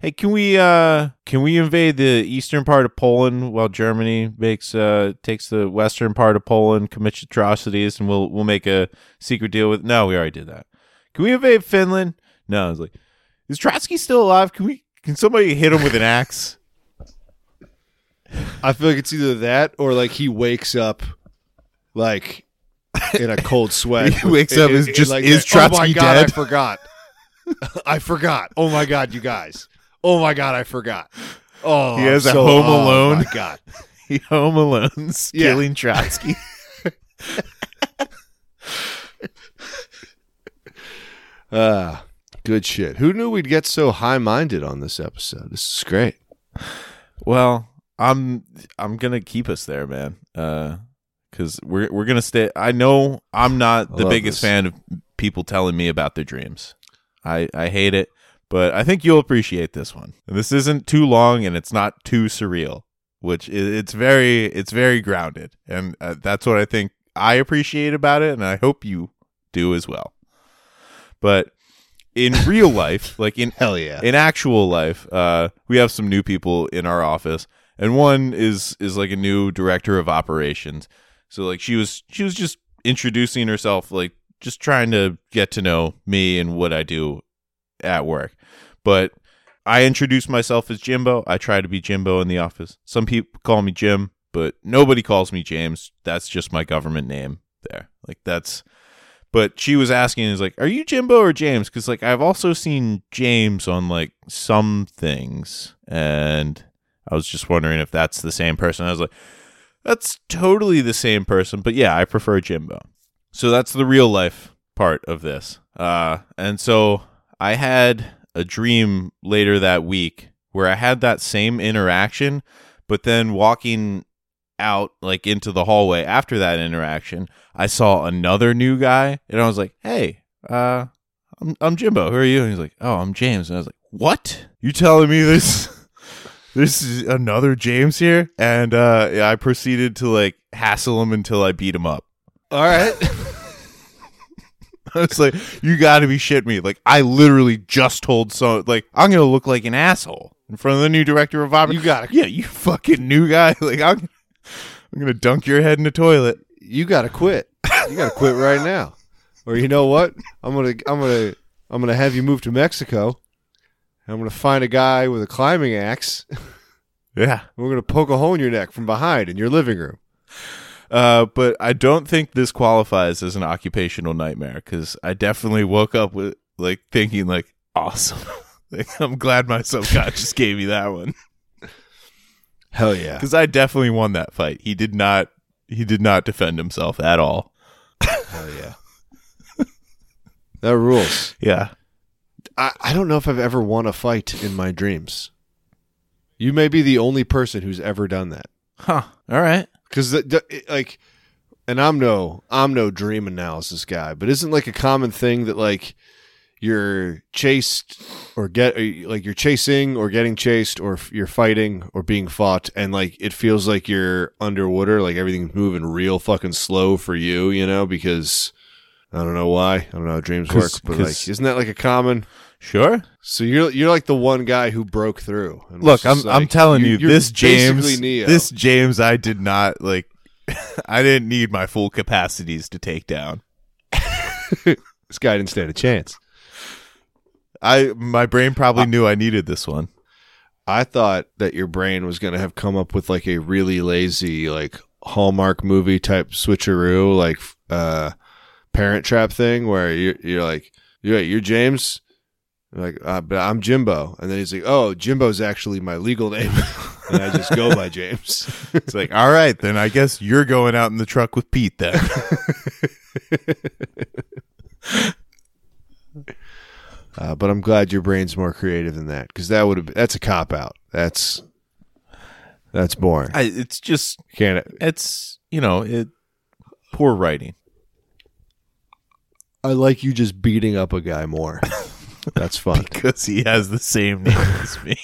Hey, can we uh can we invade the eastern part of Poland while Germany makes uh takes the western part of Poland, commits atrocities, and we'll we'll make a secret deal with? No, we already did that. Can we invade Finland? No, it's like, is Trotsky still alive? Can we? Can somebody hit him with an axe?
I feel like it's either that or like he wakes up, like in a cold sweat.
He wakes up, is just- is
that, Oh my
Trotsky
god, I
dead?"
forgot. I forgot. Oh my god, you guys. Oh my god, I forgot. Oh,
He
I'm
has a
so-
Home
oh
Alone.
my god,
He home alone's
Yeah.
killing Trotsky.
uh, good shit. Who knew we'd get so high minded on this episode? This is great.
well, I'm I'm gonna keep us there, man. Uh, because we're we're gonna stay. I know I'm
I
not the
love
biggest
this.
fan of people telling me about their dreams. I I hate it, but I think you'll appreciate this one. And this isn't too long, and it's not too surreal, which i it's very it's very grounded, and uh, that's what I think I appreciate about it, and I hope you do as well. But in real life, like in
Hell yeah.
in actual life, uh, we have some new people in our office, and one is is like a new director of operations. So like she was she was just introducing herself, like just trying to get to know me and what I do at work. But I introduce myself as Jimbo. I try to be Jimbo in the office. Some people call me Jim, but nobody calls me James. That's just my government name there. Like that's but she was asking is like, "Are you Jimbo or James?" cuz like I've also seen James on like some things and I was just wondering if that's the same person. I was like, "That's totally the same person, but yeah, I prefer Jimbo." So that's the real life part of this. Uh, and so I had a dream later that week where I had that same interaction, but then walking out like into the hallway after that interaction, I saw another new guy and I was like, "Hey, uh, I'm I'm Jimbo. Who are you?" And he's like, "Oh, I'm James." And I was like, "What? You telling me this?" This is another James here, and uh, yeah, I proceeded to like hassle him until I beat him up.
All right.
I was like, you got to be shitting me. Like, I literally just told so. Like, I'm gonna look like an asshole in front of the new director of Bobby.
You got a,
yeah, you fucking new guy. Like, I'm, I'm gonna dunk your head in the toilet.
you got to quit. You got to quit right now. or you know what? I'm gonna I'm gonna I'm gonna have you move to Mexico. And I'm gonna find a guy with a climbing axe. And
Yeah.
we're gonna poke a hole in your neck from behind in your living room.
Uh, but I don't think this qualifies as an occupational nightmare because I definitely woke up with like thinking like awesome. like I'm glad my subconscious gave me that one
Hell yeah!
because I definitely won that fight. He did not. He did not defend himself at all.
Hell yeah! that rules.
Yeah.
I, I don't know if I've ever won a fight in my dreams. You may be the only person who's ever done that.
Huh. All right.
because the, the it- like and i'm no i'm no dream analysis guy but isn't like a common thing that like you're chased or get or you- like you're chasing or getting chased or f- you're fighting or being fought and like it feels like you're underwater like everything's moving real fucking slow for you you know because i don't know why i don't know how dreams work
'Cause-
but
'cause-
like isn't that like a common
Sure.
so you're you're like the one guy who broke through and was
Look, I'm
just
I'm
like,
telling you,
you're
this James,
basically Neo.
this James, I did not like. I didn't need my full capacities to take down.
this guy didn't stand a chance
I my brain probably knew I needed this one.
I thought that your brain was going to have come up with like a really lazy, like Hallmark movie type switcheroo, like uh, Parent Trap thing, where you're, you're like, you're, you're James, You're like, uh, but I'm Jimbo, and then he's like, oh, Jimbo's actually my legal name, and I just go by James.
It's like, all right, then I guess you're going out in the truck with Pete then.
Uh, but I'm glad your brain's more creative than that, because that would have that's a cop out. That's that's boring.
I, it's just
Can't
it's you know it poor writing.
I like you just beating up a guy more? That's fun.
because he has the same name as me.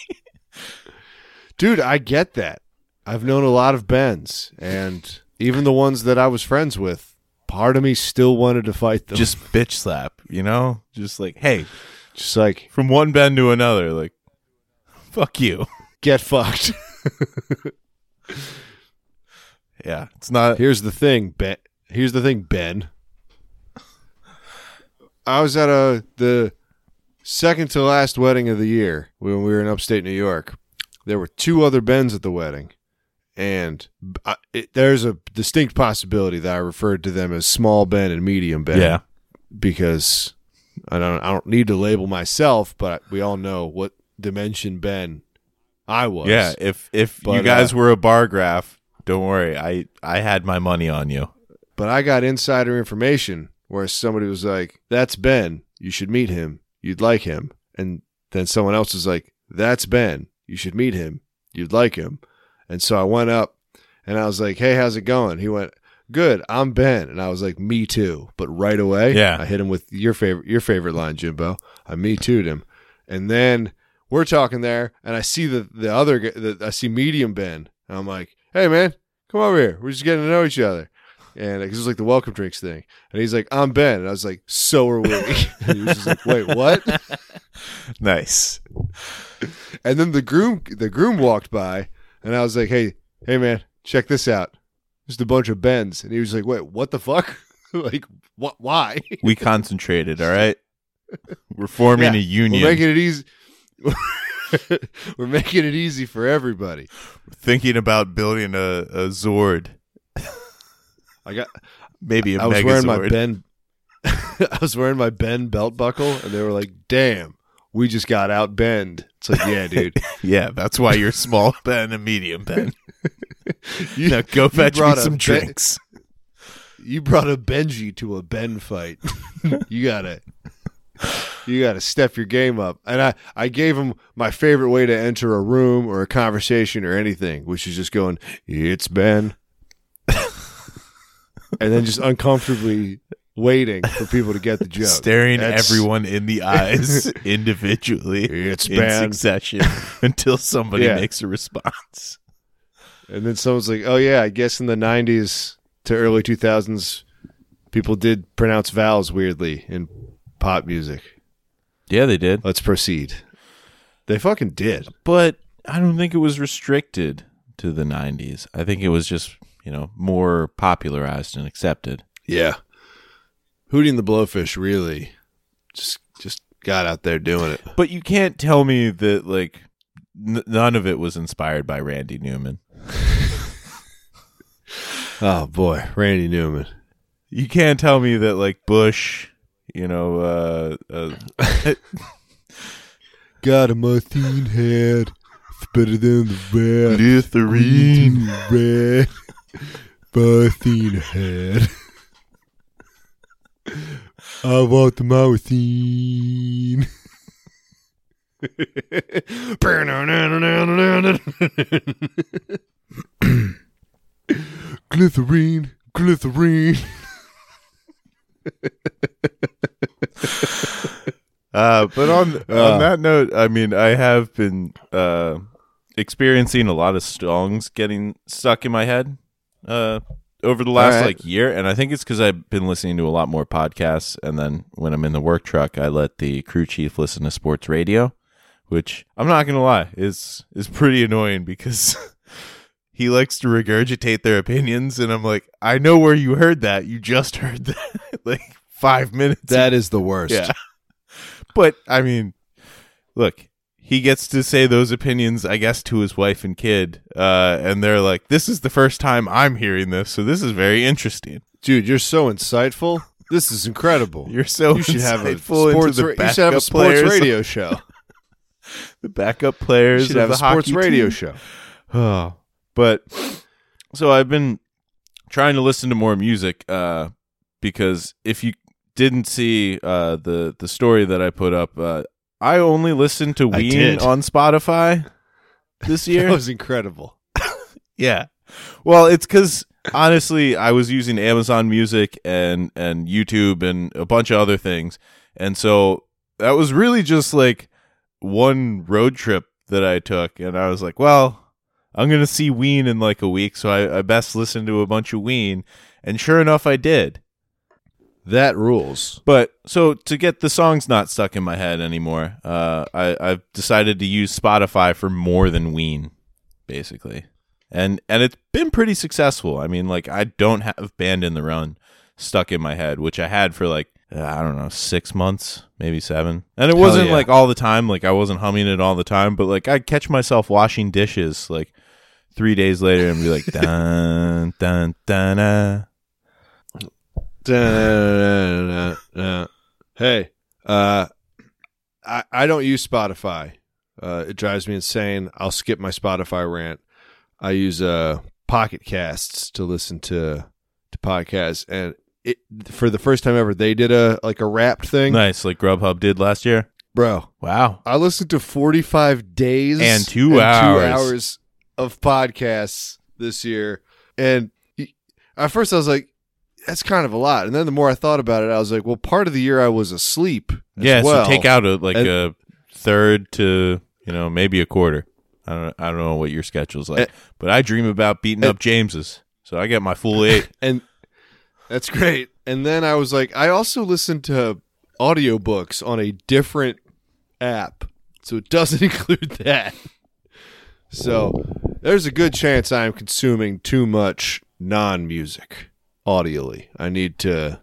Dude, I get that. I've known a lot of Bens, and even the ones that I was friends with, part of me still wanted to fight them.
Just bitch slap, you know? Just like, hey,
Just like,
from one bend to another, like, fuck you.
get fucked.
Yeah, it's not.
Here's the thing, Ben. Here's the thing, Ben. I was at a the second to last wedding of the year when we were in upstate New York. There were two other Bens at the wedding, and I, it, there's a distinct possibility that I referred to them as small Ben and medium Ben.
Yeah,
because I don't I don't need to label myself, but we all know what dimension Ben I was.
yeah. If if you
But,
guys
uh,
were a bar graph, don't worry. I I had my money on you.
But I got insider information where somebody was like, "That's Ben. You should meet him. You'd like him." And then someone else was like, "That's Ben. You should meet him. You'd like him." And so I went up and I was like, "Hey, how's it going?" He went, "Good. I'm Ben." And I was like, "Me too." But right away,
Yeah.
I hit him with your favorite your favorite line, Jimbo. I me too'd him. And then we're talking there, and I see the the other g- the, I see medium Ben, and I'm like, "Hey, man, come over here. We're just getting to know each other." And because it was like the welcome drinks thing, and he's like, "I'm Ben," and I was like, "So are we." and he was just like, "Wait, what?"
Nice.
And then the groom the groom walked by, and I was like, "Hey, hey, man, check this out. Just a bunch of Bens." And he was like, "Wait, what the fuck? like, what? Why?"
We concentrated. All right, we're forming
Yeah,
a union.
We're making it easy. We're making it easy for everybody.
thinking about building a, a Zord,
I got.
maybe a
I was
Megazord.
wearing my Ben. I was wearing my Ben belt buckle, and they were like, "Damn, we just got out bend." It's like, yeah, dude.
Yeah, that's why you're small Ben and medium Ben.
You,
Now go fetch me
brought a
some
Ben-
drinks.
you brought a Benji to a Ben fight. you gotta, you gotta step your game up. And I, I gave him my favorite way to enter a room or a conversation or anything, which is just going, "It's Ben," and then just uncomfortably waiting for people to get the joke,
Staring
That's-
everyone in the eyes individually
It's
in
Ben.
succession until somebody
Yeah.
makes a response.
And then someone's like, "Oh yeah, I guess in the '90s to early 2000s, people did pronounce vowels weirdly in pop music."
Yeah, they did.
Let's proceed. They fucking did.
But I don't think it was restricted to the 90s. I think it was just, you know, more popularized and accepted.
Yeah. Hooting the Blowfish really just just got out there doing it.
But you can't tell me that like n- none of it was inspired by Randy Newman.
Oh boy, Randy Newman.
You can't tell me that like Bush, you know, uh, uh
Got a mutton head. It's better than the bad.
Litherine.
red Martine head. I want the Martine. glycerine, glycerine.
Uh, but on
Uh.
on that note, I mean, I have been uh, experiencing a lot of songs getting stuck in my head uh, over the last
right.
like year, and I think it's because I've been listening to a lot more podcasts. And then when I'm in the work truck, I let the crew chief listen to sports radio, which I'm not gonna lie is is pretty annoying because. He likes to regurgitate their opinions, and I'm like, I know where you heard that. You just heard that like five minutes
That is the worst.
yeah. But I mean, look, he gets to say those opinions, I guess, to his wife and kid, uh, and they're like, "This is the first time I'm hearing this, so this is very interesting."
Dude, you're so insightful. This is incredible.
You're so
you should have a
insightful into
sports,
the
ra- you
backup
should have a sports
players,
radio show.
the backup
You
players
should
of
have
the
a sports
hockey
radio
team.
show.
Oh, but so I've been trying to listen to more music uh, because if you didn't see uh, the the story that I put up, uh, I only listened to
I
Ween
did.
on Spotify this year.
That was incredible.
yeah, well, it's because honestly, I was using Amazon Music and and YouTube and a bunch of other things, and so that was really just like one road trip that I took, and I was like, well. I'm gonna see Ween in like a week, so I, I best listen to a bunch of Ween. And sure enough, I did.
That rules.
But so to get the songs not stuck in my head anymore, uh, I, I've decided to use Spotify for more than Ween, basically, and and it's been pretty successful. I mean, like I don't have Band in the Run stuck in my head, which I had for like uh, I don't know six months, maybe seven, and it wasn't
yeah.
like all the time. Like I wasn't humming it all the time, but like I would catch myself washing dishes like three days later and be like dun dun dun. Uh.
hey, uh, I I don't use Spotify. Uh, it drives me insane. I'll skip my Spotify rant. I use uh Pocket Casts to listen to to podcasts, and it for the first time ever they did a like a wrapped thing,
Nice, like Grubhub did last year.
bro.
Wow.
I listened to forty five days
And two hours.
two hours of podcasts this year, and at first I was like. That's kind of a lot, and then the more I thought about it, I was like, "Well, part of the year I was asleep." as
yeah,
well.
so take out a like
And-
a third to you know maybe a quarter. I don't I don't know what your schedule's like,
And-
but I dream about beating
and-
up James's, so I get my full eight.
and that's great. And then I was like, I also listen to audiobooks on a different app, so it doesn't include that. So there's a good chance I'm consuming too much non-music audially. I need to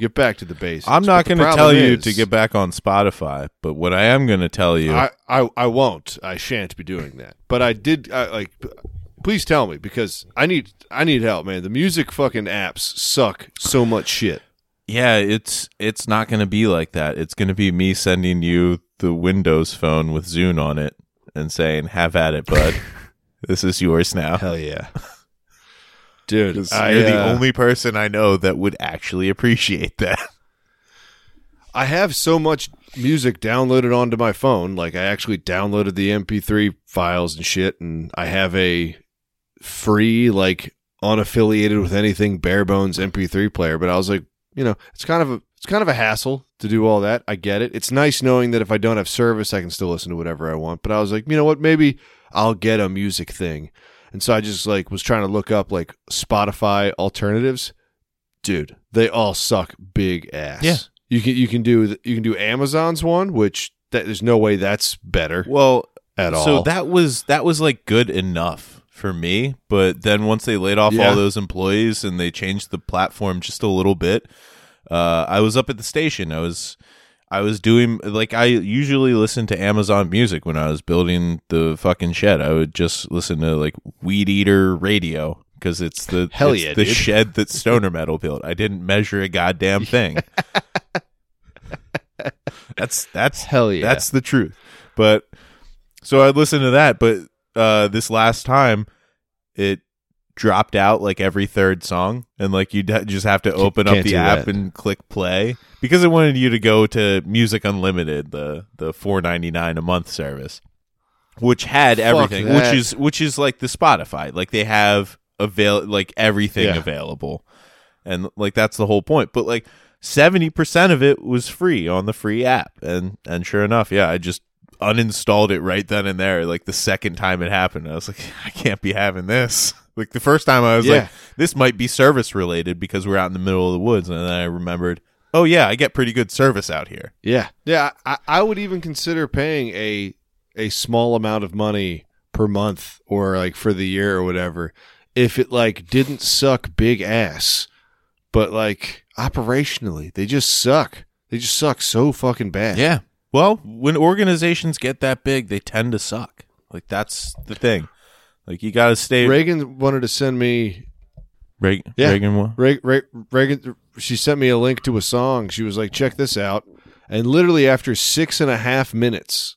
get back to the basics.
I'm not
But the
going to tell
problem
you
is,
to get back on Spotify, but what I am going to tell you,
I, I I won't. I shan't be doing that. But I did. I, like, p- please tell me because I need I need help, man. The music fucking apps suck so much shit.
yeah, it's it's not going to be like that. It's going to be me sending you the Windows phone with Zune on it and saying, "Have at it, bud. this is yours now."
Hell yeah. Dude,
'Cause
I,
you're the
uh,
only person I know that would actually appreciate that.
I have so much music downloaded onto my phone. Like, I actually downloaded the MP3 files and shit, and I have a free, like, unaffiliated with anything bare bones MP3 player. But I was like, you know, it's kind of a it's kind of a hassle to do all that. I get it. It's nice knowing that if I don't have service, I can still listen to whatever I want. But I was like, you know what? Maybe I'll get a music thing. And so I just like was trying to look up like Spotify alternatives dude, they all suck big ass.
Yeah.
You can you can do you can do Amazon's one, which that, there's no way that's better
Well,
at all.
so that was that was like good enough for me but then once they laid off
Yeah.
all those employees and they changed the platform just a little bit uh, I was up at the station. I was I was doing like I usually listen to Amazon Music when I was building the fucking shed. I would just listen to like Weed Eater radio because it's the
Hell
it's
yeah,
the
dude.
shed that stoner metal built. I didn't measure a goddamn thing. that's that's
Hell yeah.
that's the truth. But so I listened to that, but uh, this last time it dropped out like every third song, and like you would just have to open up
can't
the
do
app
that.
and click play because it wanted you to go to Music Unlimited, the the four ninety nine a month service, which had
Fuck
everything,
that.
which is which is like the Spotify, like they have avail like everything
Yeah.
available, and like that's the whole point. But like seventy percent of it was free on the free app, and and sure enough, yeah, I just uninstalled it right then and there. Like the second time it happened, I was like, I can't be having this. Like the first time, I was
Yeah.
like, this might be service related because we're out in the middle of the woods, and then I remembered, oh yeah, I get pretty good service out here.
Yeah, yeah. I, I would even consider paying a a small amount of money per month or like for the year or whatever if it like didn't suck big ass, but like operationally they just suck. They just suck so fucking bad.
Yeah. Well, when organizations get that big, they tend to suck. Like that's the thing. Like you got to stay.
Reagan wanted to send me
Reagan.
Yeah.
Reagan wa-
Re- Re- Reagan. She sent me a link to a song. She was like, "Check this out," and literally after six and a half minutes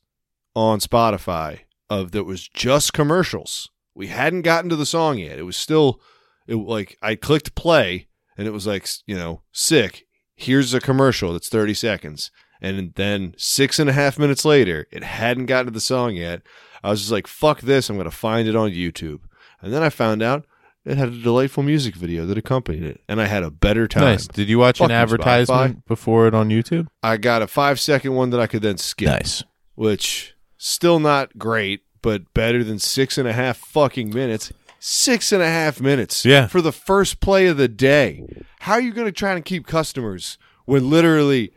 on Spotify of that was just commercials. We hadn't gotten to the song yet. It was still, it like I clicked play and it was like you know sick. Here's a commercial that's thirty seconds, and then six and a half minutes later, it hadn't gotten to the song yet. I was just like, "Fuck this! I'm gonna find it on YouTube." And then I found out it had a delightful music video that accompanied it, and I had a better time.
Nice. Did you watch an
Fucking
advertisement before it on YouTube?
I got a five second one that I could then skip,
Nice.
which still not great, but better than six and a half fucking minutes. Six and a half minutes
Yeah.
for the first play of the day. How are you going to try and keep customers when literally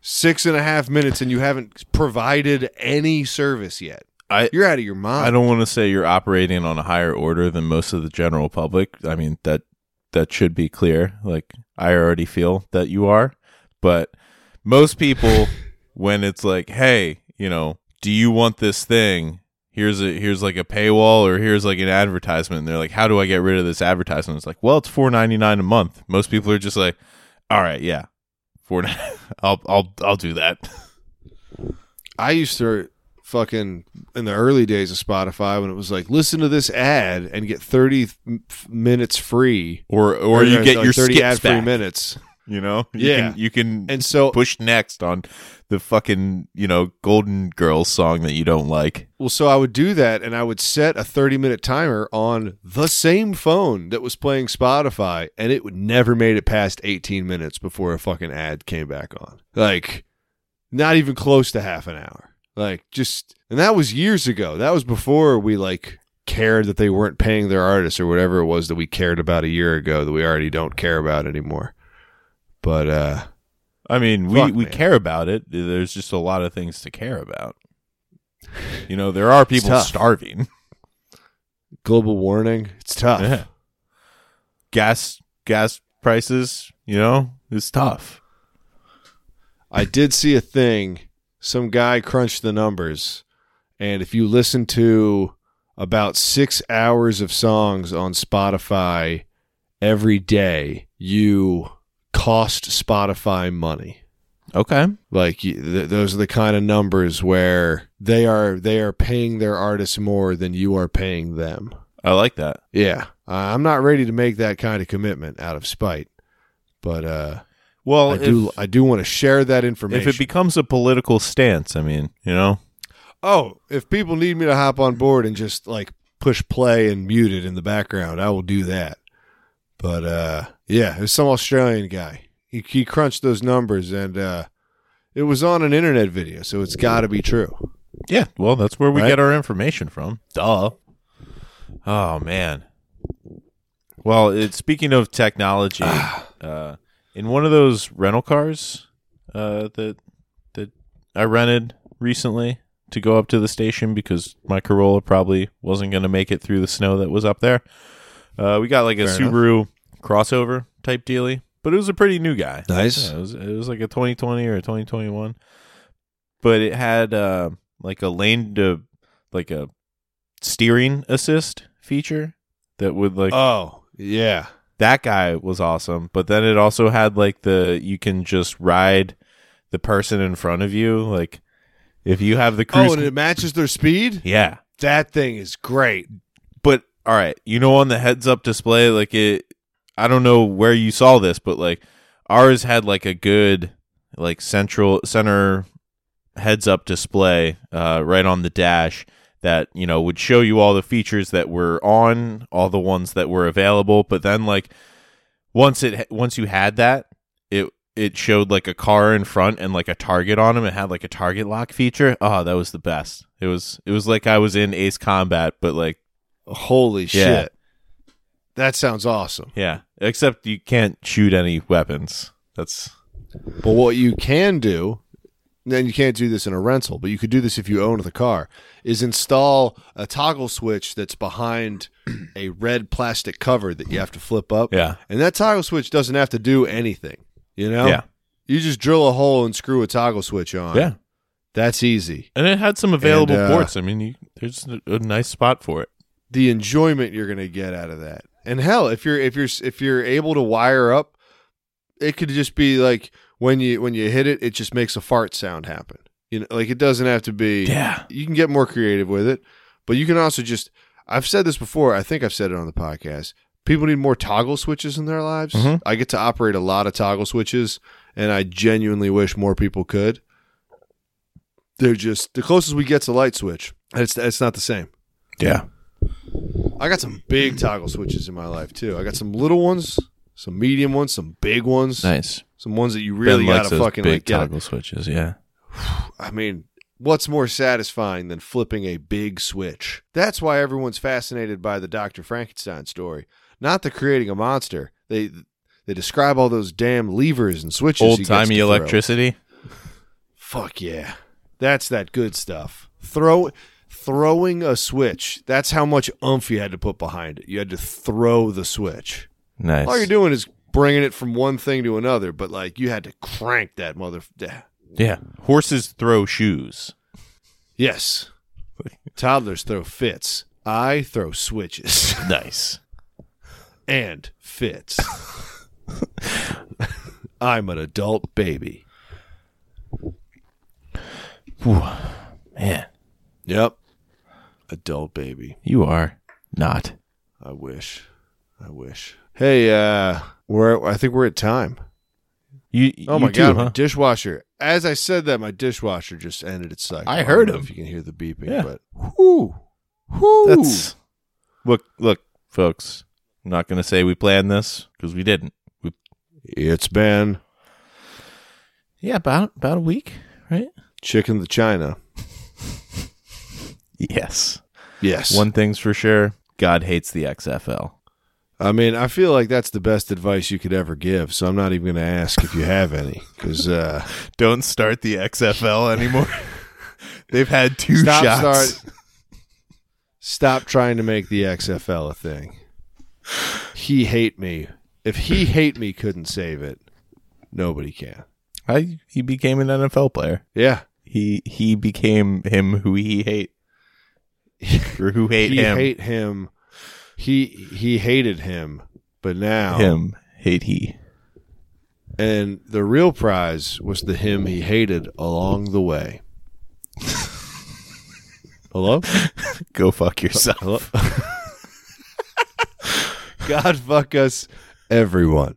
six and a half minutes and you haven't provided any service yet?
I
You're out of your mind.
I don't want to say you're operating on a higher order than most of the general public. I mean that that should be clear. Like I already feel that you are, but most people when it's like, "Hey, you know, do you want this thing? Here's a here's like a paywall or here's like an advertisement." And they're like, "How do I get rid of this advertisement?" It's like, "Well, it's 4.99 a month." Most people are just like, "All right, yeah. 4 I'll I'll I'll do that."
I used to fucking in the early days of Spotify when it was like listen to this ad and get 30 f- minutes free
Or or you get
like
your
30
skips
ad free
back.
minutes.
You know, you
Yeah.
can, you can
And so
push next on the fucking you know Golden Girls song that you don't like.
well so I would do that and I would set a 30 minute timer on the same phone that was playing Spotify and it would never made it past 18 minutes before a fucking ad came back on. Like not even close to half an hour. Like just and that was years ago. That was before we like cared that they weren't paying their artists or whatever it was that we cared about a year ago that we already don't care about anymore. But uh
I mean, we
Fuck,
we
man.
care about it. There's just a lot of things to care about. You know, there are people
tough.
starving.
global warning, it's tough.
Yeah. Gas gas prices, you know, it's tough.
I did see a thing. Some guy crunched the numbers, and if you listen to about six hours of songs on Spotify every day, you cost Spotify money.
Okay.
Like you- th- those are the kind of numbers where they are they are paying their artists more than you are paying them.
I like that.
Yeah, I- I'm not ready to make that kind of commitment out of spite, but uh,
Well,
I
if,
do I do want to share that information.
if it becomes a political stance, I mean, you know,
Oh, if people need me to hop on board and just like push play and mute it in the background, I will do that. But uh yeah, it was some Australian guy. He, he crunched those numbers and uh it was on an internet video, so it's got to be true.
Yeah, well, that's where we
Right?
get our information from. Duh. Oh man. Well, it, speaking of technology,
Ah.
uh, in one of those rental cars uh, that that I rented recently to go up to the station because my Corolla probably wasn't going to make it through the snow that was up there. Uh, we got like a
Fair enough.
Subaru crossover type dealy, but it was a pretty new guy.
Nice.
Yeah, it was it was like a 2020 or a 2021, but it had uh, like a lane to like a steering assist feature that would like
Oh, yeah.
that guy was awesome. But then it also had like the you can just ride the person in front of you like if you have the cruise
Oh, and it matches their speed?
yeah
That thing is great.
but all right, you know, on the heads up display, like it, I don't know where you saw this, but like ours had like a good like central center heads up display uh, right on the dash that you know would show you all the features that were on all the ones that were available but then like once it once you had that it it showed like a car in front and like a target on him it had like a target lock feature oh that was the best it was it was like i was in ace combat but like
Holy
Yeah.
shit. That sounds awesome.
Yeah, except you can't shoot any weapons. That's
But what you can do, then you can't do this in a rental, but you could do this if you owned the car, is install a toggle switch that's behind a red plastic cover that you have to flip up.
yeah,
And that toggle switch doesn't have to do anything, you know?
yeah,
You just drill a hole and screw a toggle switch on.
yeah.
That's easy.
And it had some available
And, uh,
ports. I mean, you, there's a, a nice spot for it.
the enjoyment you're going to get out of that. And hell, if you're if you're if you're able to wire up, it could just be like when you when you hit it, it just makes a fart sound happen. You know, like it doesn't have to be.
Yeah,
You can get more creative with it, but you can also just. I've said this before. I think I've said it on the podcast. People need more toggle switches in their lives.
Mhm.
I get to operate a lot of toggle switches, and I genuinely wish more people could. They're just the closest we get to light switch. It's it's not the same.
yeah.
I got some big toggle switches in my life too. I got some little ones, some medium ones, some big ones,
Nice.
some ones that you really gotta fucking like get.
switches. Yeah,
I mean, what's more satisfying than flipping a big switch? That's why everyone's fascinated by the Doctor Frankenstein story. Not the creating a monster. They they describe all those damn levers and switches. he gets
old timey
to throw.
electricity.
Fuck yeah, that's that good stuff. Throw. Throwing a switch. That's how much oomph you had to put behind it. You had to throw the switch.
Nice.
All you're doing is bringing it from one thing to another, but like you had to crank that mother. yeah.
yeah, horses throw shoes.
Yes. Toddlers throw fits. I throw switches
Nice.
and fits. I'm an adult baby.
Man,
Yep. Adult baby.
you are not.
I wish. I wish. Hey, uh, we're I think we're at time.
You.
Oh
you
my
too,
god, my
huh?
dishwasher. As I said that, my dishwasher just ended its cycle.
I
don't
heard
know
him.
If you can hear the beeping,
Yeah.
but whoo, whoo.
That's look, look, folks. I'm not gonna say we planned this because we didn't. We
it's been
yeah, about about a week, right?
Chicken the China.
Yes.
Yes.
One thing's for sure God hates the XFL.
I mean, I feel like that's the best advice you could ever give, so I'm not even going to ask if you have any because uh,
Don't start the XFL anymore. They've had two
Stop,
shots.
start. stop trying to make the XFL a thing. He hate me. If he hate me couldn't save it, nobody can.
I, he became an NFL player.
Yeah.
He he became him who he hate. or who hate
he
him.
hate him. He he hated him, but now
him. Hate he.
and the real prize was the him he hated along the way. Hello?
Go fuck yourself.
Hello? God fuck us, everyone.